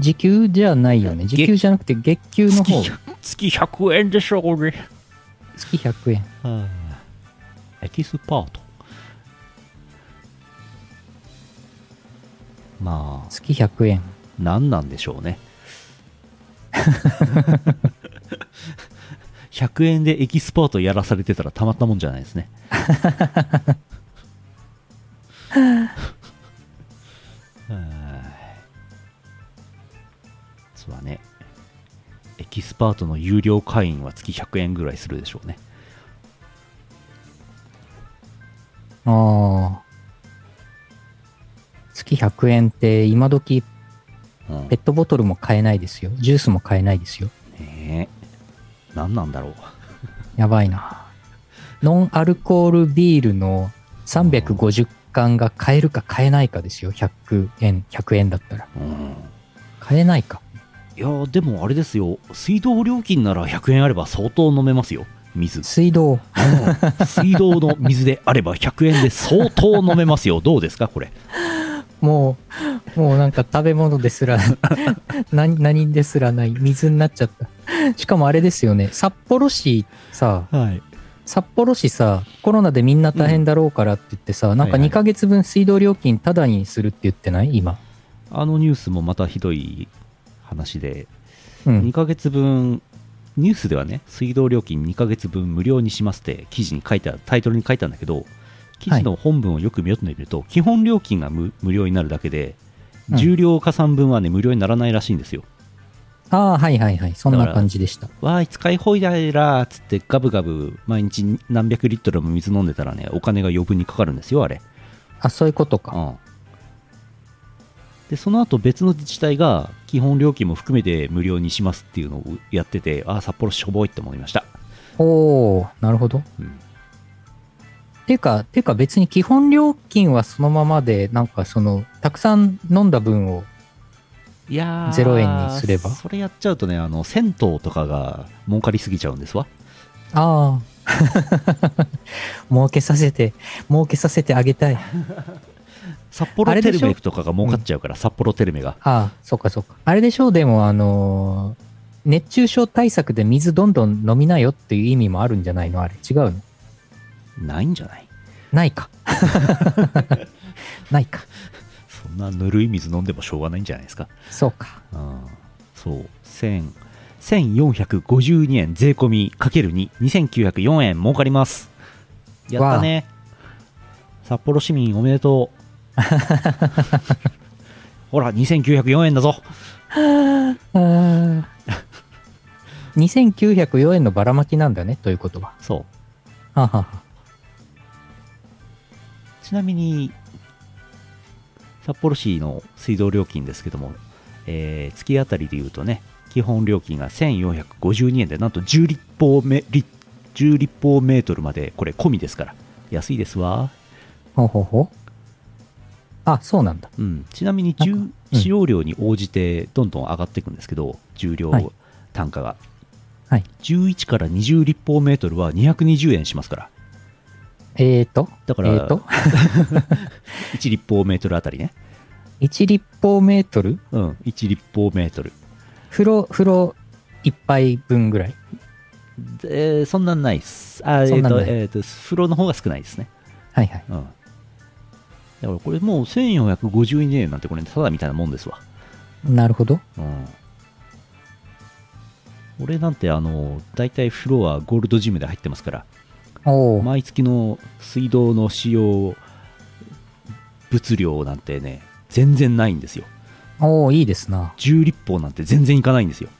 Speaker 1: 時給じゃないよね。時給じゃなくて月給の方。
Speaker 2: 月月100円でしょうね
Speaker 1: 月100円。
Speaker 2: エキスパートまあ
Speaker 1: 月100円。
Speaker 2: 何なんでしょうね *laughs* 100円でエキスパートやらされてたらたまったもんじゃないですね *laughs* はいそうだねエキスパートの有料会員は月100円ぐらいするでしょうね
Speaker 1: ああ。月100円って今時
Speaker 2: うん
Speaker 1: ペットボトルも買えないですよ。ジュースも買えないですよ。
Speaker 2: ねえ何なんだろう
Speaker 1: やばいな。ノンアルコールビールの350缶が買えるか買えないかですよ。100円、100円だったら。
Speaker 2: うん
Speaker 1: 買えないか。
Speaker 2: いやーでもあれですよ水道料金なら100円あれば相当飲めますよ水
Speaker 1: 水道。
Speaker 2: 水道の水であれば100円で相当飲めますよどうですかこれ
Speaker 1: もう、もうなんか食べ物です *laughs* ら、何、何ですらない。水になっちゃった。しかもあれですよね。札幌市さ、
Speaker 2: はい
Speaker 1: 札幌市さコロナでみんな大変だろうからって言ってさ、なんか
Speaker 2: はいはい
Speaker 1: 2ヶ月分水道料金タダにするって言ってない今、
Speaker 2: あのニュースもまたひどい話で
Speaker 1: う
Speaker 2: 2
Speaker 1: ん、
Speaker 2: ヶ月分ニュースではね水道料金2ヶ月分無料にしますって記事に書いたタイトルに書いたんだけど記事の本文をよく見よってみると、基本料金が無無料になるだけで
Speaker 1: うん
Speaker 2: 重量加算分はね無料にならないらしいんですよ
Speaker 1: ああはいはいはいそん
Speaker 2: だか
Speaker 1: な
Speaker 2: ら
Speaker 1: 感じでした
Speaker 2: わーい使い放題だーっつってガブガブ毎日何百リットルも水飲んでたらねお金が余分にかかるんですよあれ
Speaker 1: あそういうことか
Speaker 2: うんでその後別の自治体が基本料金も含めて無料にしますっていうのをやっててああ札幌しょぼいって思いました、
Speaker 1: おー、なるほど。
Speaker 2: うん
Speaker 1: てか、てか別に基本料金はそのままで、なんかその、たくさん飲んだ分を、
Speaker 2: いやー
Speaker 1: 0円にすれば
Speaker 2: それやっちゃうとねあの銭湯とかが儲かりすぎちゃうんですわ
Speaker 1: ああ、 *laughs* 儲けさせて、儲けさせてあげたい。
Speaker 2: 札幌
Speaker 1: あれ
Speaker 2: テ
Speaker 1: でし
Speaker 2: ル
Speaker 1: ょ
Speaker 2: メとかが儲かっちゃうから、札幌テルメが
Speaker 1: ああ、そっかそっか。あれでしょう、でも、あのー熱中症対策で水どんどん飲みなよっていう意味もあるんじゃないのあれ、違うの
Speaker 2: ないんじゃない
Speaker 1: ない *laughs* か。ないか。
Speaker 2: そんなぬるい水飲んでもしょうがないんじゃないですか
Speaker 1: そうか。
Speaker 2: うんそう1000 1452円税込みかける2 2904円儲かりますやったね札幌市民おめでとうほら2904円だぞ
Speaker 1: あー2904円のばらまきなんだね、ということは。
Speaker 2: そう
Speaker 1: はあはあはあ
Speaker 2: ちなみに札幌市の水道料金ですけども、えー月当たりでいうとね基本料金が1452円でなんと10立方メリ10立方メートルまでこれ込みですから安いですわ
Speaker 1: ほうほうほう。あ、そうなんだ。
Speaker 2: うん、ちなみに
Speaker 1: なん
Speaker 2: 重
Speaker 1: かうん
Speaker 2: 使用量に応じてどんどん上がっていくんですけど、重量
Speaker 1: はい
Speaker 2: 単価が、
Speaker 1: はい
Speaker 2: 11から20立方メートルは220円しますから
Speaker 1: えーと、
Speaker 2: だから
Speaker 1: えーと、
Speaker 2: 1立方メートルあたりね、
Speaker 1: 1立方メートル
Speaker 2: うん、1立方メートル
Speaker 1: 風呂、風呂一杯分ぐらい。
Speaker 2: えーそんなんないっすあ
Speaker 1: そんなんない
Speaker 2: えっ、と,、えーと風呂の方が少ないですね
Speaker 1: はいはい。
Speaker 2: うんだからこれもう1452円なんてこれただみたいなもんですわ
Speaker 1: なるほど。
Speaker 2: うん俺なんてあの大体風呂はゴールドジムで入ってますから
Speaker 1: おー
Speaker 2: 毎月の水道の使用物量なんてね全然ないんですよ
Speaker 1: おーいいですな。
Speaker 2: 10立方なんて全然いかないんですよ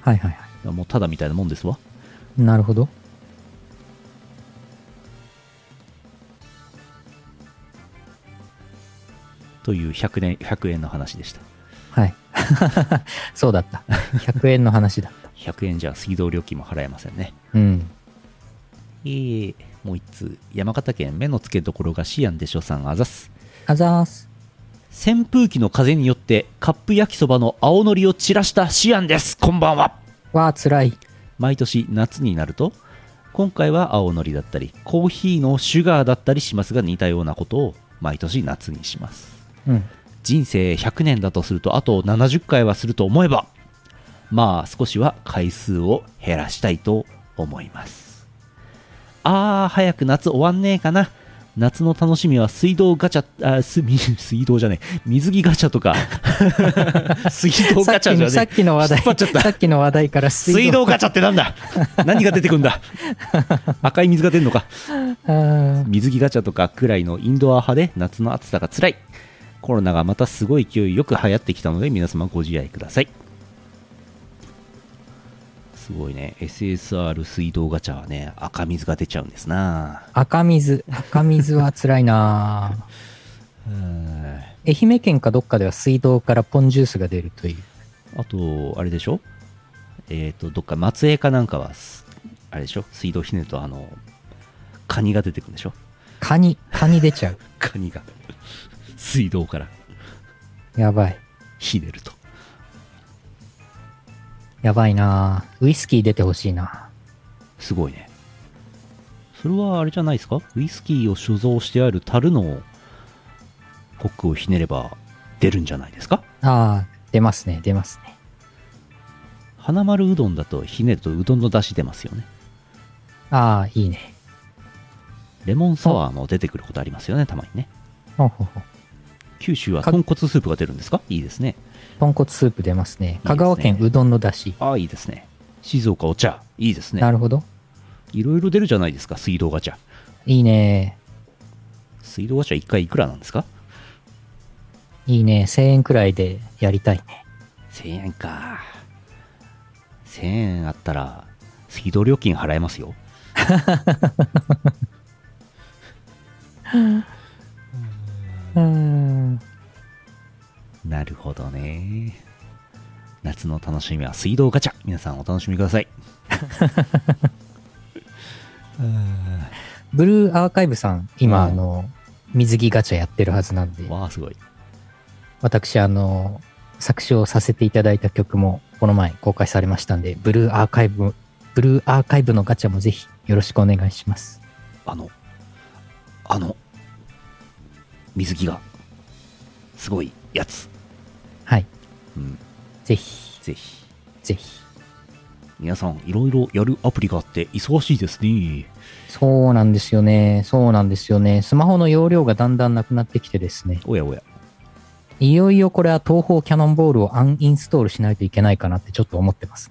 Speaker 1: はいはいは
Speaker 2: もうただみたいなもんですわ
Speaker 1: い。なるほど。
Speaker 2: という100年100円の話でした
Speaker 1: はい。 *laughs* そうだった。100円の話 *laughs* だった。
Speaker 2: 100円じゃ水道料金も払えませんね
Speaker 1: うん。
Speaker 2: えーもう一通山形県目の付けどころがシアンでしょさんあざす
Speaker 1: あざーす。
Speaker 2: 扇風機の風によってカップ焼きそばの青のりを散らしたシアンですこんばんは
Speaker 1: わあ、つらい。
Speaker 2: 毎年夏になると今回は青のりだったりコーヒーのシュガーだったりしますが似たようなことを毎年夏にします
Speaker 1: うん。
Speaker 2: 人生100年だとするとあと70回はすると思えばまあ少しは回数を減らしたいと思いますあー早く夏終わんねえかな夏の楽しみは水道ガチャあすみ *laughs* 水道じゃねえ水着ガチ
Speaker 1: *laughs*
Speaker 2: ャとか水道
Speaker 1: さ
Speaker 2: ガ
Speaker 1: っ
Speaker 2: チ
Speaker 1: き
Speaker 2: ャじゃ
Speaker 1: の、
Speaker 2: ね
Speaker 1: さっ
Speaker 2: え
Speaker 1: きの話題、
Speaker 2: 引っ張っちゃった
Speaker 1: さっきの話題から水道
Speaker 2: 水道ガチャってなんだ *laughs* 何が出てくんだ赤い水が出るのか
Speaker 1: あー
Speaker 2: 水着ガチャとかくらいのインドア派で夏の暑さが辛いコロナがまたすごい勢いよく流行ってきたので皆様ご自愛くださいすごいね SSR 水道ガチャはね赤水が出ちゃうんですな
Speaker 1: 赤水、赤水はつらいな *laughs* あ
Speaker 2: うん
Speaker 1: 愛媛県かどっかでは水道からポンジュースが出るという。
Speaker 2: あとあれでしょえっ、とどっか松江かなんかはすあれでしょ水道ひねるとあのカニが出てくるんでしょ
Speaker 1: カニ、カニ出ちゃう。
Speaker 2: カニが水道から
Speaker 1: やばい。
Speaker 2: ひねると
Speaker 1: やばいなあウイスキー出てほしいな
Speaker 2: すごいね。それはあれじゃないですかウイスキーを所蔵してある樽のコックをひねれば出るんじゃないですか
Speaker 1: ああ、出ますね、出ますね。
Speaker 2: 花丸うどんだとひねるとうどんの出汁出ますよね。
Speaker 1: ああ、いいね。
Speaker 2: レモンサワーも出てくることありますよね、たまにね。
Speaker 1: ほうほうほう。
Speaker 2: 九州は
Speaker 1: か
Speaker 2: 豚骨スープが出るんですかいいですね。
Speaker 1: 豚骨スープ出ますね。
Speaker 2: すね
Speaker 1: 香川県うどんのだし。
Speaker 2: ああ、いいですね。静岡お茶、いいですね
Speaker 1: な。るほど。
Speaker 2: いろいろ出るじゃないですか、水道ガチャ。
Speaker 1: いいね。
Speaker 2: 水道ガチャ1回いくらなんですか
Speaker 1: いいね。1000円くらいでやりたいね。
Speaker 2: ?1000 円か。1000円あったら、水道料金払えますよ。
Speaker 1: うーん。
Speaker 2: なるほどね。夏の楽しみは水道ガチャ。皆さんお楽しみください。う
Speaker 1: ブルーアーカイブさん、今、
Speaker 2: うん
Speaker 1: あの、水着ガチャやってるはずなんで
Speaker 2: ん、わあ、すごい。
Speaker 1: 私、あの、作詞をさせていただいた曲も、この前公開されましたんで、ブルーアーカイブ、ブルーアーカイブのガチャもぜひ、よろしくお願いします。
Speaker 2: あの、あの、水着が、すごいやつ。
Speaker 1: はい。
Speaker 2: うん、
Speaker 1: ぜひ、
Speaker 2: ぜひ。
Speaker 1: ぜひ。
Speaker 2: 皆さん、いろいろやるアプリがあって、忙しいですね。
Speaker 1: そうなんですよね。そうなんですよね。スマホの容量がだんだんなくなってきてですね。
Speaker 2: おやおや。
Speaker 1: いよいよこれは東方キャノンボールをアンインストールしないといけないかなってちょっと思ってます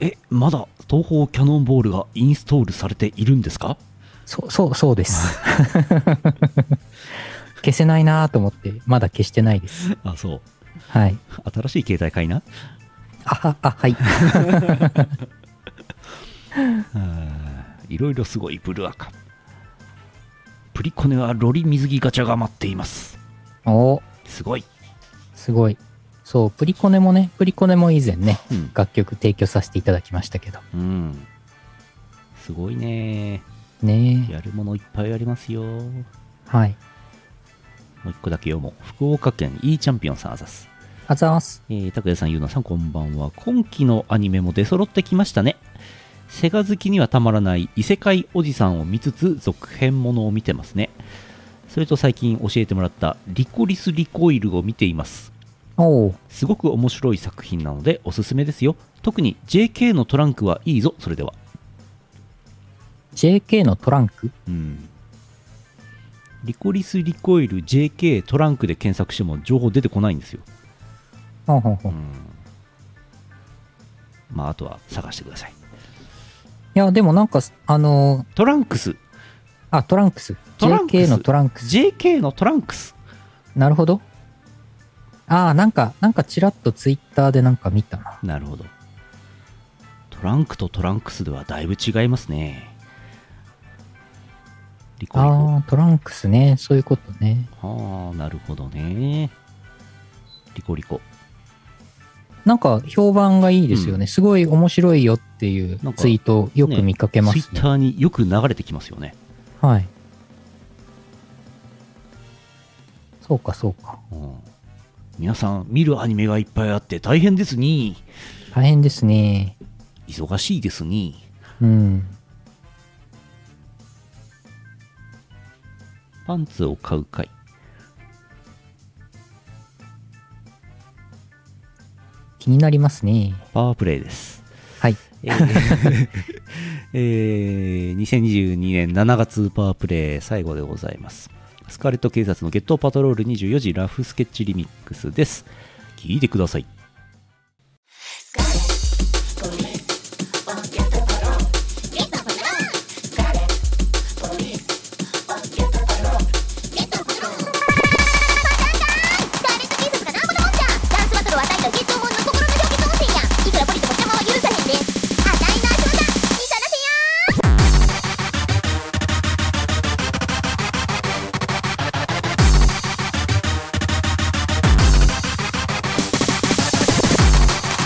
Speaker 1: ね。
Speaker 2: え、まだ、東方キャノンボールがインストールされているんですか
Speaker 1: そう、そう、そうです。 *laughs* 消せないなぁと思って、まだ消してないです。
Speaker 2: あ、そう。
Speaker 1: はい。
Speaker 2: 新しい携帯買いな。
Speaker 1: あは、あ、はい。
Speaker 2: あーいろいろすごいブルアカ。プリコネはロリ水着ガチャが待っています。
Speaker 1: おー
Speaker 2: すごい。
Speaker 1: すごい。そう、プリコネもね、プリコネも以前ね、
Speaker 2: うん。
Speaker 1: 楽曲提供させていただきましたけど。
Speaker 2: うん、すごいね。
Speaker 1: ねえ。
Speaker 2: やるものいっぱいありますよ。も
Speaker 1: はい。
Speaker 2: う一個だけ読もう。福岡県 E チャンピオンさんあざす。
Speaker 1: あざーす。
Speaker 2: えー、拓也さん、ゆうなさん、こんばんは。今期のアニメも出揃ってきましたね。セガ好きにはたまらない異世界おじさんを見つつ、続編ものを見てますね。それと最近教えてもらったリコリスリコイルを見ています。
Speaker 1: おお。
Speaker 2: すごく面白い作品なのでおすすめですよ。特に JK のトランクはいいぞ、それでは。
Speaker 1: JK のトランク
Speaker 2: うん。リコリス・リコイル JK トランクで検索しても情報出てこないんですよ。
Speaker 1: ほんほん
Speaker 2: う
Speaker 1: ほん。い
Speaker 2: ん。まあ、あとは探してください。
Speaker 1: や、でもなんか、あの
Speaker 2: トランクス。
Speaker 1: ーあ、トランクス。
Speaker 2: トランクス
Speaker 1: JK のトランクス。
Speaker 2: JK のトランクス。
Speaker 1: なるほど。ああ、なんか、なんかちらっとツイッターでなんか見たな。
Speaker 2: なるほど。トランクとトランクスではだいぶ違いますね。リコリコ。
Speaker 1: ああ、トランクスね。そういうことね。
Speaker 2: ああ、なるほどね。リコリコ。
Speaker 1: なんか評判がいいですよね。すごい面白いよっていう
Speaker 2: なんか
Speaker 1: ツイートをよく見かけま
Speaker 2: ツイ
Speaker 1: すね。
Speaker 2: ッターによく流れてきますよね。
Speaker 1: はい。そうか、そうか。
Speaker 2: うん、皆さん、見るアニメがいっぱいあって大変ですに、
Speaker 1: 大変ですね。
Speaker 2: 忙しいですに、
Speaker 1: うん。
Speaker 2: パンツを買うかい。
Speaker 1: 気になりますね。
Speaker 2: パワープレイです。
Speaker 1: はい。
Speaker 2: えーえー2022年7月パワープレイ最後でございます。スカーレット警察のゲットパトロール24時ラフスケッチリミックスです。聞いてください。
Speaker 3: スカーレット警察がなんぼのもんじゃダンスバトルはあたいのゲットモンの心の氷結温泉やいくらポリでも邪魔は許さへんであたいの足技見さらせや
Speaker 2: 「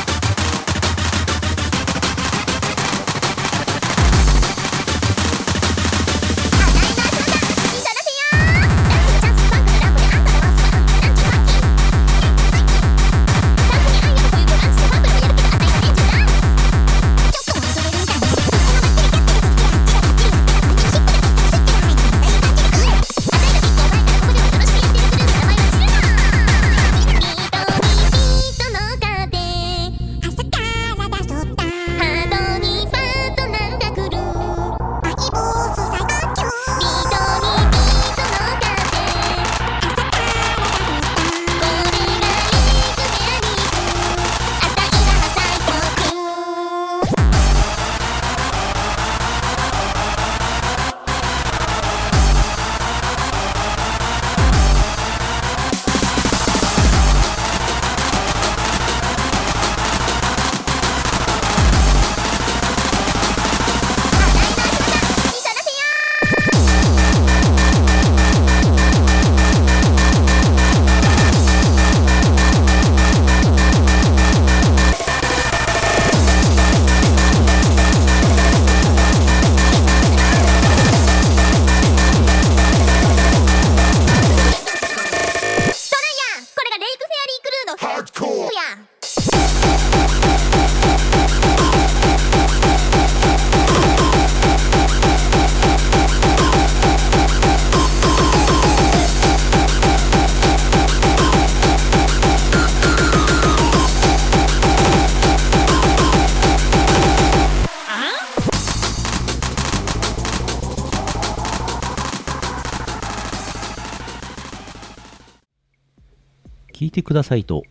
Speaker 2: 聞いてくださいと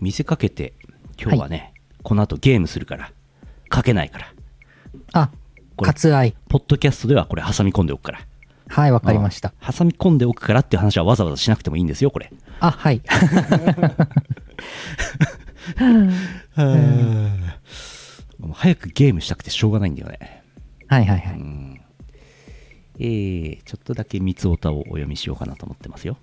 Speaker 2: 見せかけて、今日はね、この後ゲームするから、かけないから、
Speaker 1: あ、
Speaker 2: これ
Speaker 1: 割愛。
Speaker 2: ポッドキャストではこれ挟み込んでおくから。
Speaker 1: はい、わかりました。
Speaker 2: うん挟み込んでおくからっていう話はわざわざしなくてもいいんですよ、これ。
Speaker 1: あ、はい。 *laughs*
Speaker 2: もう早くゲームしたくてしょうがないんだよね。
Speaker 1: はいはいは
Speaker 2: う
Speaker 1: い。
Speaker 2: ん。えー、ちょっとだけ三つおたをお読みしようかなと思ってますよ。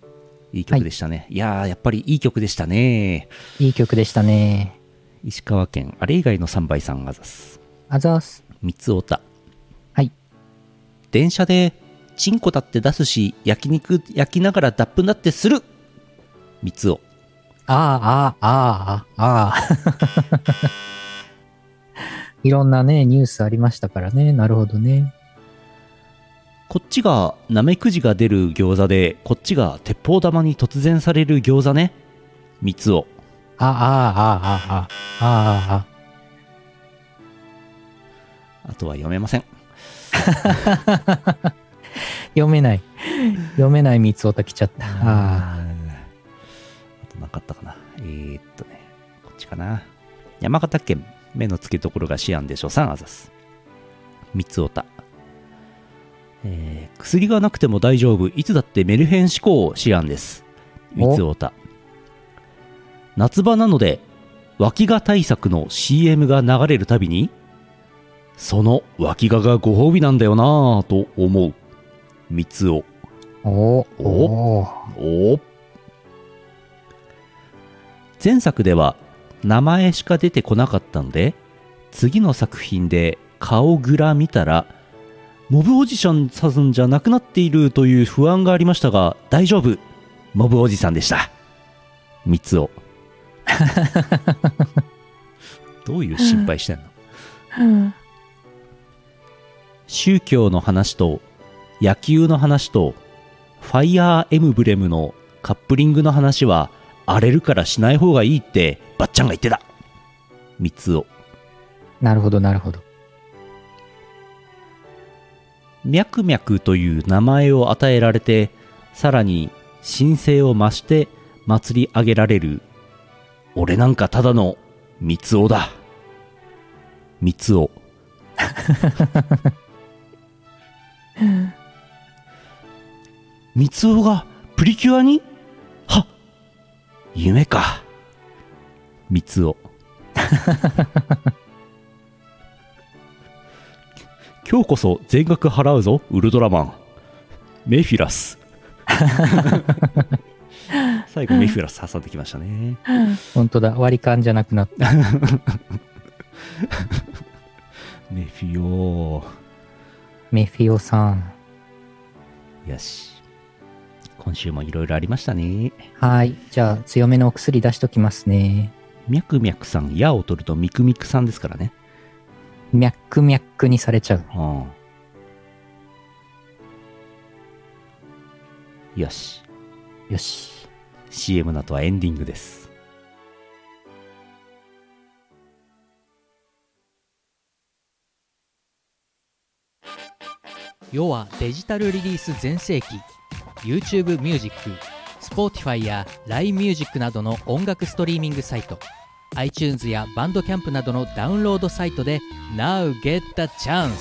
Speaker 2: いい曲でしたね。い、やー、やっぱりいい曲でしたね。
Speaker 1: いい曲でしたね。
Speaker 2: 石川県、あれ以外の3倍さんあざす。
Speaker 1: あざーす。
Speaker 2: 三つおた。
Speaker 1: はい。
Speaker 2: 電車で、チンコだって出すし、焼肉焼きながら脱粉だってする三つお。
Speaker 1: あーあー、あーあー、ああ。 *laughs* いろんなね、ニュースありましたからね。なるほどね。
Speaker 2: こっちがナメクジが出る餃子でこっちが鉄砲玉に突然される餃子ね三つを
Speaker 1: ああ、ああ、ああ、ああ、あ
Speaker 2: あとは読めません
Speaker 1: あ。読めない。読めない三つおた来ちゃった。あ
Speaker 2: あとなかったかなえー、っとねこっちかな山形県目の付けどころがシアンでしょさんあざす三つおたえー薬がなくても大丈夫いつだってメルヘン思考シアンです三つおた夏場なので脇が対策の CM が流れるたびにその脇ががご褒美なんだよなぁと思う三つお
Speaker 1: あ。おー
Speaker 2: お
Speaker 1: おー。
Speaker 2: お前作では名前しか出てこなかったので次の作品で顔グラ見たらモブおじさんさんじゃなくなっているという不安がありましたが大丈夫モブおじさんでした三つをどういう心配してんの宗教の話と野球の話とファイヤーエムブレムのカップリングの話は荒れるからしない方がいいってばっちゃんが言ってた三つを
Speaker 1: なるほど、なるほど。
Speaker 2: ミャクミャクという名前を与えられてさらに神聖を増して祭り上げられる俺なんかただの三つおだ三つお *laughs* 三つおがプリキュアにはっ夢か三つお今日こそ全額払うぞウルトラマンメフィラス最後メフィラス挟んできましたね
Speaker 1: 本当だ。割り勘じゃなくなった。
Speaker 2: メフィオ
Speaker 1: メフィオさん。
Speaker 2: よし今週もいろいろありましたね
Speaker 1: はい。じゃあ、強めのお薬出しときますね。
Speaker 2: ミャクミャクさん矢を取るとミクミクさんですからね
Speaker 1: ミャックミャックにされちゃう。
Speaker 2: うんよし
Speaker 1: よし。
Speaker 2: CM の後はエンディングです
Speaker 5: 世はデジタルリリース全盛期 YouTube ミュージック Spotify や LINE ミュージックなどの音楽ストリーミングサイト iTunes やバンドキャンプなどのダウンロードサイトで Now get the chance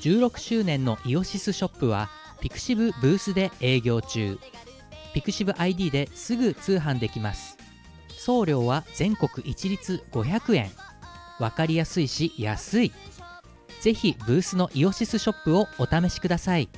Speaker 5: 16周年のイオシスショップはピクシブブースで営業中ピクシブ ID ですぐ通販できます送料は全国一律500円わかりやすいし安いぜひブースのイオシスショップをお試しください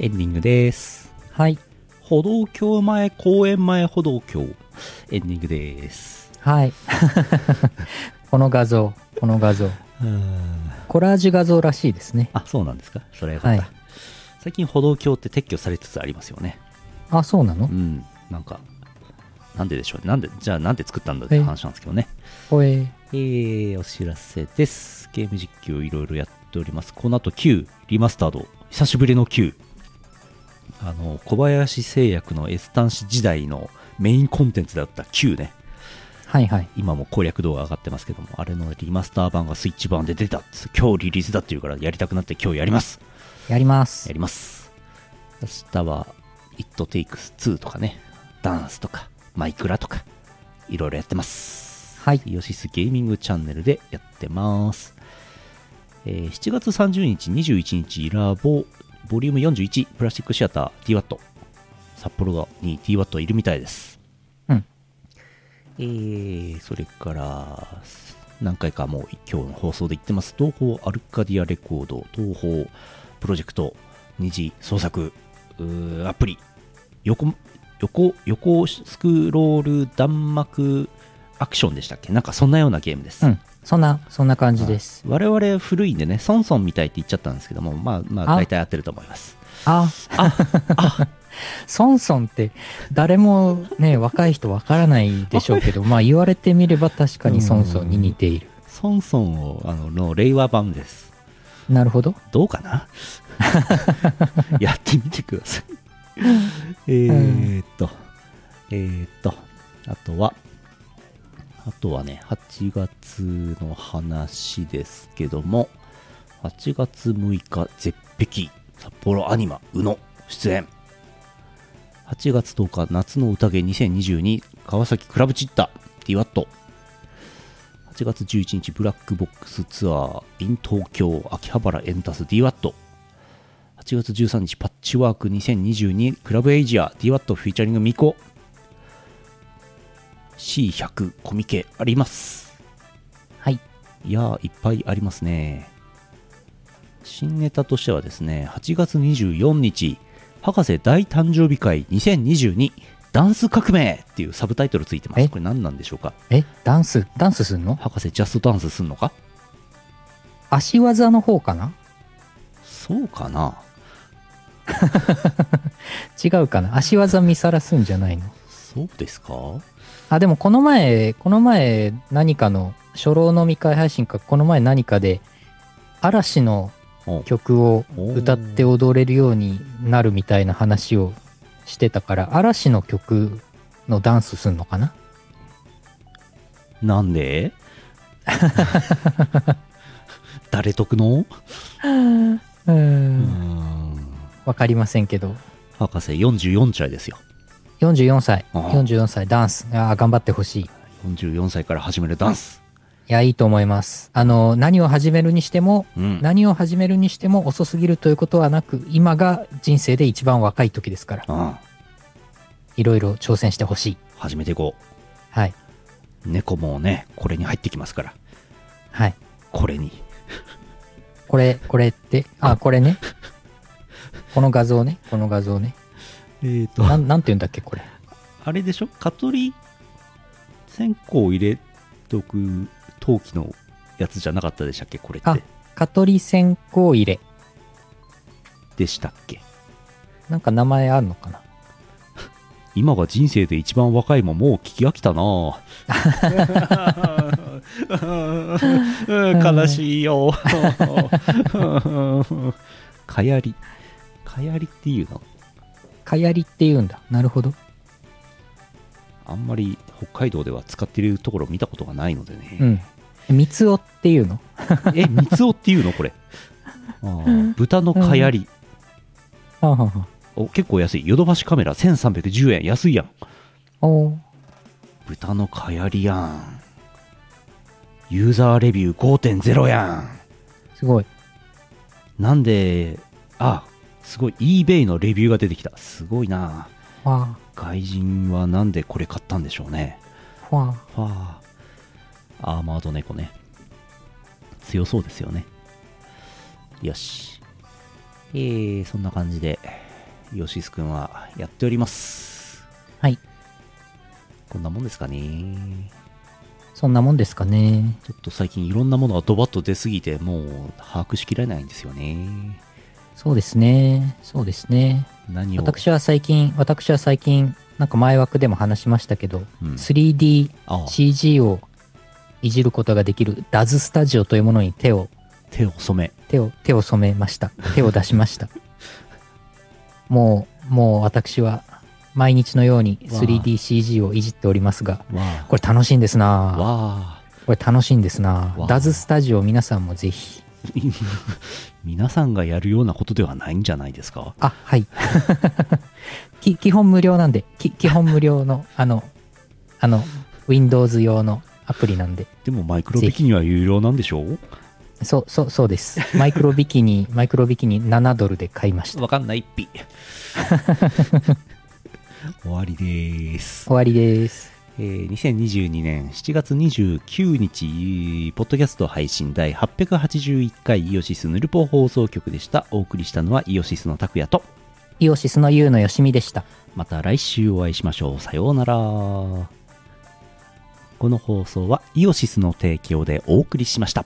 Speaker 2: エンディングです
Speaker 1: はい。
Speaker 2: 歩道橋前公園前歩道橋エンディングです
Speaker 1: はい。 *laughs* この画像。この画像。コラージュ画像らしいですね。
Speaker 2: あそうなんですかそれはよかった、
Speaker 1: はい
Speaker 2: 最近歩道橋って撤去されつつありますよね
Speaker 1: あ、そうなの
Speaker 2: うん、なんか、なんででしょうね。なんで、じゃあなんで作ったんだって話なんですけどね。
Speaker 1: ほえー。
Speaker 2: えー、お知らせです。ゲーム実況いろいろやっております。この後9、リマスタード。久しぶりの9。あの、小林製薬の S 端子時代のメインコンテンツだった9ね。
Speaker 1: はいはい。
Speaker 2: 今も攻略動画上がってますけども、あれのリマスター版がスイッチ版で出たっつ今日リリースだっていうからやりたくなって今日やります。
Speaker 1: やります
Speaker 2: や。ります。明日は、It Takes Two とかね、ダンスとか、マイクラとか、いろいろやってます。
Speaker 1: はい
Speaker 2: イオシスゲーミングチャンネルでやってます。えー7月30日、21日、ラボ、ボリューム41、プラスチックシアター DWAT。札幌に DWAT いるみたいです。
Speaker 1: うん。
Speaker 2: えー、それから、何回かもう今日の放送で言ってます。東方アルカディアレコード、東方プロジェクト、二次創作、うーアプリ、横、横、横スクロール弾幕アクションでしたっけなんかそんなようなゲームです。
Speaker 1: うん。そんな、そんな感じです。
Speaker 2: 我々古いんでね、ソンソンみたいって言っちゃったんですけども、まあまあ
Speaker 1: あ
Speaker 2: 大体合ってると思います。
Speaker 1: あ、あ、 *laughs* ソンソンって誰もね、若い人わからないでしょ
Speaker 5: *laughs*
Speaker 1: うけど、まあ言われてみれば確かにソンソンに似ている。
Speaker 2: ソンソンをあのの令和版です。
Speaker 1: なるほど。
Speaker 2: どうかな *laughs* やってみてください。えーっと、えーっと、あとは、あとはね、8月の話ですけども、8月6日、絶壁、札幌アニマ、宇野、出演。8月10日、夏の宴2022、川崎クラブチッタ、ディワット。8月11日、ブラックボックスツアー、in 東京、秋葉原エンタス DWAT。8月13日、パッチワーク2022、クラブエイジア、DWAT フィーチャリングミコ。C100 コミケあります。
Speaker 1: はい。
Speaker 2: いやー、いっぱいありますね。新ネタとしてはですね、8月24日、博士大誕生日会2022、ダンス革命っていうサブタイトルついてま
Speaker 1: え
Speaker 2: す。これ何なんでしょうか
Speaker 1: え、ダンス、ダンスすんの
Speaker 2: 博士ジャストダンスすんのか
Speaker 1: 足技の方かな
Speaker 2: そうかな
Speaker 1: 違うかな足技見さらすんじゃないの
Speaker 2: そうですか
Speaker 1: あ、でもこの前、この前何かの、初老の未開配信か、この前何かで、嵐の
Speaker 2: お
Speaker 1: 曲を歌って踊れるようになるみたいな話をしてたから、嵐の曲のダンスすんのかな
Speaker 2: なんで *laughs* 誰得の
Speaker 1: う
Speaker 2: うー
Speaker 1: ん。
Speaker 2: ん
Speaker 1: わかりませんけど。
Speaker 2: 博士44歳ですよ
Speaker 1: 44歳、
Speaker 2: ああ
Speaker 1: 44歳、ダンス。ああ、頑張ってほしい。い
Speaker 2: 44歳から始めるダンス
Speaker 1: や、いいと思います。あの、何を始めるにしても、
Speaker 2: うん
Speaker 1: 何を始めるにしても遅すぎるということはなく、今が人生で一番若い時ですから、
Speaker 2: うん
Speaker 1: いろいろ挑戦してほしい。
Speaker 2: 始めていこ
Speaker 1: はい。
Speaker 2: う猫もねこれに入ってきますから
Speaker 1: はい。
Speaker 2: これに
Speaker 1: これ、これって、あ、これね。この画像ね。この画像ね。
Speaker 2: えっ、と
Speaker 1: なん、なんて言うんだっけ、これ。
Speaker 2: あれでしょ蚊取り線香を入れとく陶器のやつじゃなかったでしたっけこれっ
Speaker 1: あ
Speaker 2: て、
Speaker 1: 蚊取り線香入れ。
Speaker 2: でしたっけ
Speaker 1: なんか名前あるのかな
Speaker 2: 今が人生で一番若いももう聞き飽きたなぁ *laughs* 悲しい *laughs* よかやりかやりっていうの
Speaker 1: かやりって言うんだ。なるほど。
Speaker 2: あんまり北海道では使ってるところ見たことがないので
Speaker 1: う
Speaker 2: ね、
Speaker 1: ん。三つおっていうの
Speaker 2: え三つおっていうのこれあー豚のかやり、
Speaker 1: はあはあは
Speaker 2: お結構安いヨドバシカメラ1310円安いやん
Speaker 1: あおー
Speaker 2: 豚のかやりやんユーザーレビュー5.0やん
Speaker 1: すごい。
Speaker 2: なんで、あ、すごい eBay のレビューが出てきた。すごいな。
Speaker 1: わ
Speaker 2: 外人はなんでこれ買ったんでしょうね。
Speaker 1: あ、わ
Speaker 2: はあ。アーマード猫ね。強そうですよね。よし。えー、そんな感じで、ヨシスくんはやっております。
Speaker 1: はい。
Speaker 2: こんなもんですかね。
Speaker 1: あ。そんなもんですかね。
Speaker 2: ちょっと最近いろんなものがドバッと出すぎて、もう把握しきれないんですよね。
Speaker 1: そうですね。そうですね。
Speaker 2: 何を。
Speaker 1: 私は最近、私は最近、なんか前枠でも話しましたけど、
Speaker 2: うん
Speaker 1: 3DCG をいじることができる DAZ スタジオというものに手を、
Speaker 2: 手を染
Speaker 1: 手を、手を染めました。手を出しました。もう、もう私は毎日のように 3DCG をいじっておりますが、
Speaker 2: め。わ
Speaker 1: これ楽しいんです
Speaker 2: あ。
Speaker 1: なあ
Speaker 2: わあ。
Speaker 1: これ楽しいんですなあ
Speaker 2: わあ
Speaker 1: DAZ スタジオ皆さんもぜひ。
Speaker 2: 皆さんがやるようなことではないんじゃないですか
Speaker 1: あ、はい。 *laughs* き基本無料なんで、き基本無料の、あの、あの、Windows 用のアプリなんで。
Speaker 2: でもマイクロビキニは有料なんでしょう
Speaker 1: そう、そう、そうです。マイクロビキニ、マイクロビキニ7ドルで買いま
Speaker 2: *laughs*
Speaker 1: した。
Speaker 2: わかんないっぴ。終わりです。
Speaker 1: 終わりです。
Speaker 2: えー2022年7月29日、ポッドキャスト配信第881回イオシスヌルポ放送局でした。お送りしたのはイオシスの拓也と、
Speaker 1: イオシスのユウのよしみでした。
Speaker 2: また来週お会いしましょう。さようなら。この放送はイオシスの提供でお送りしました。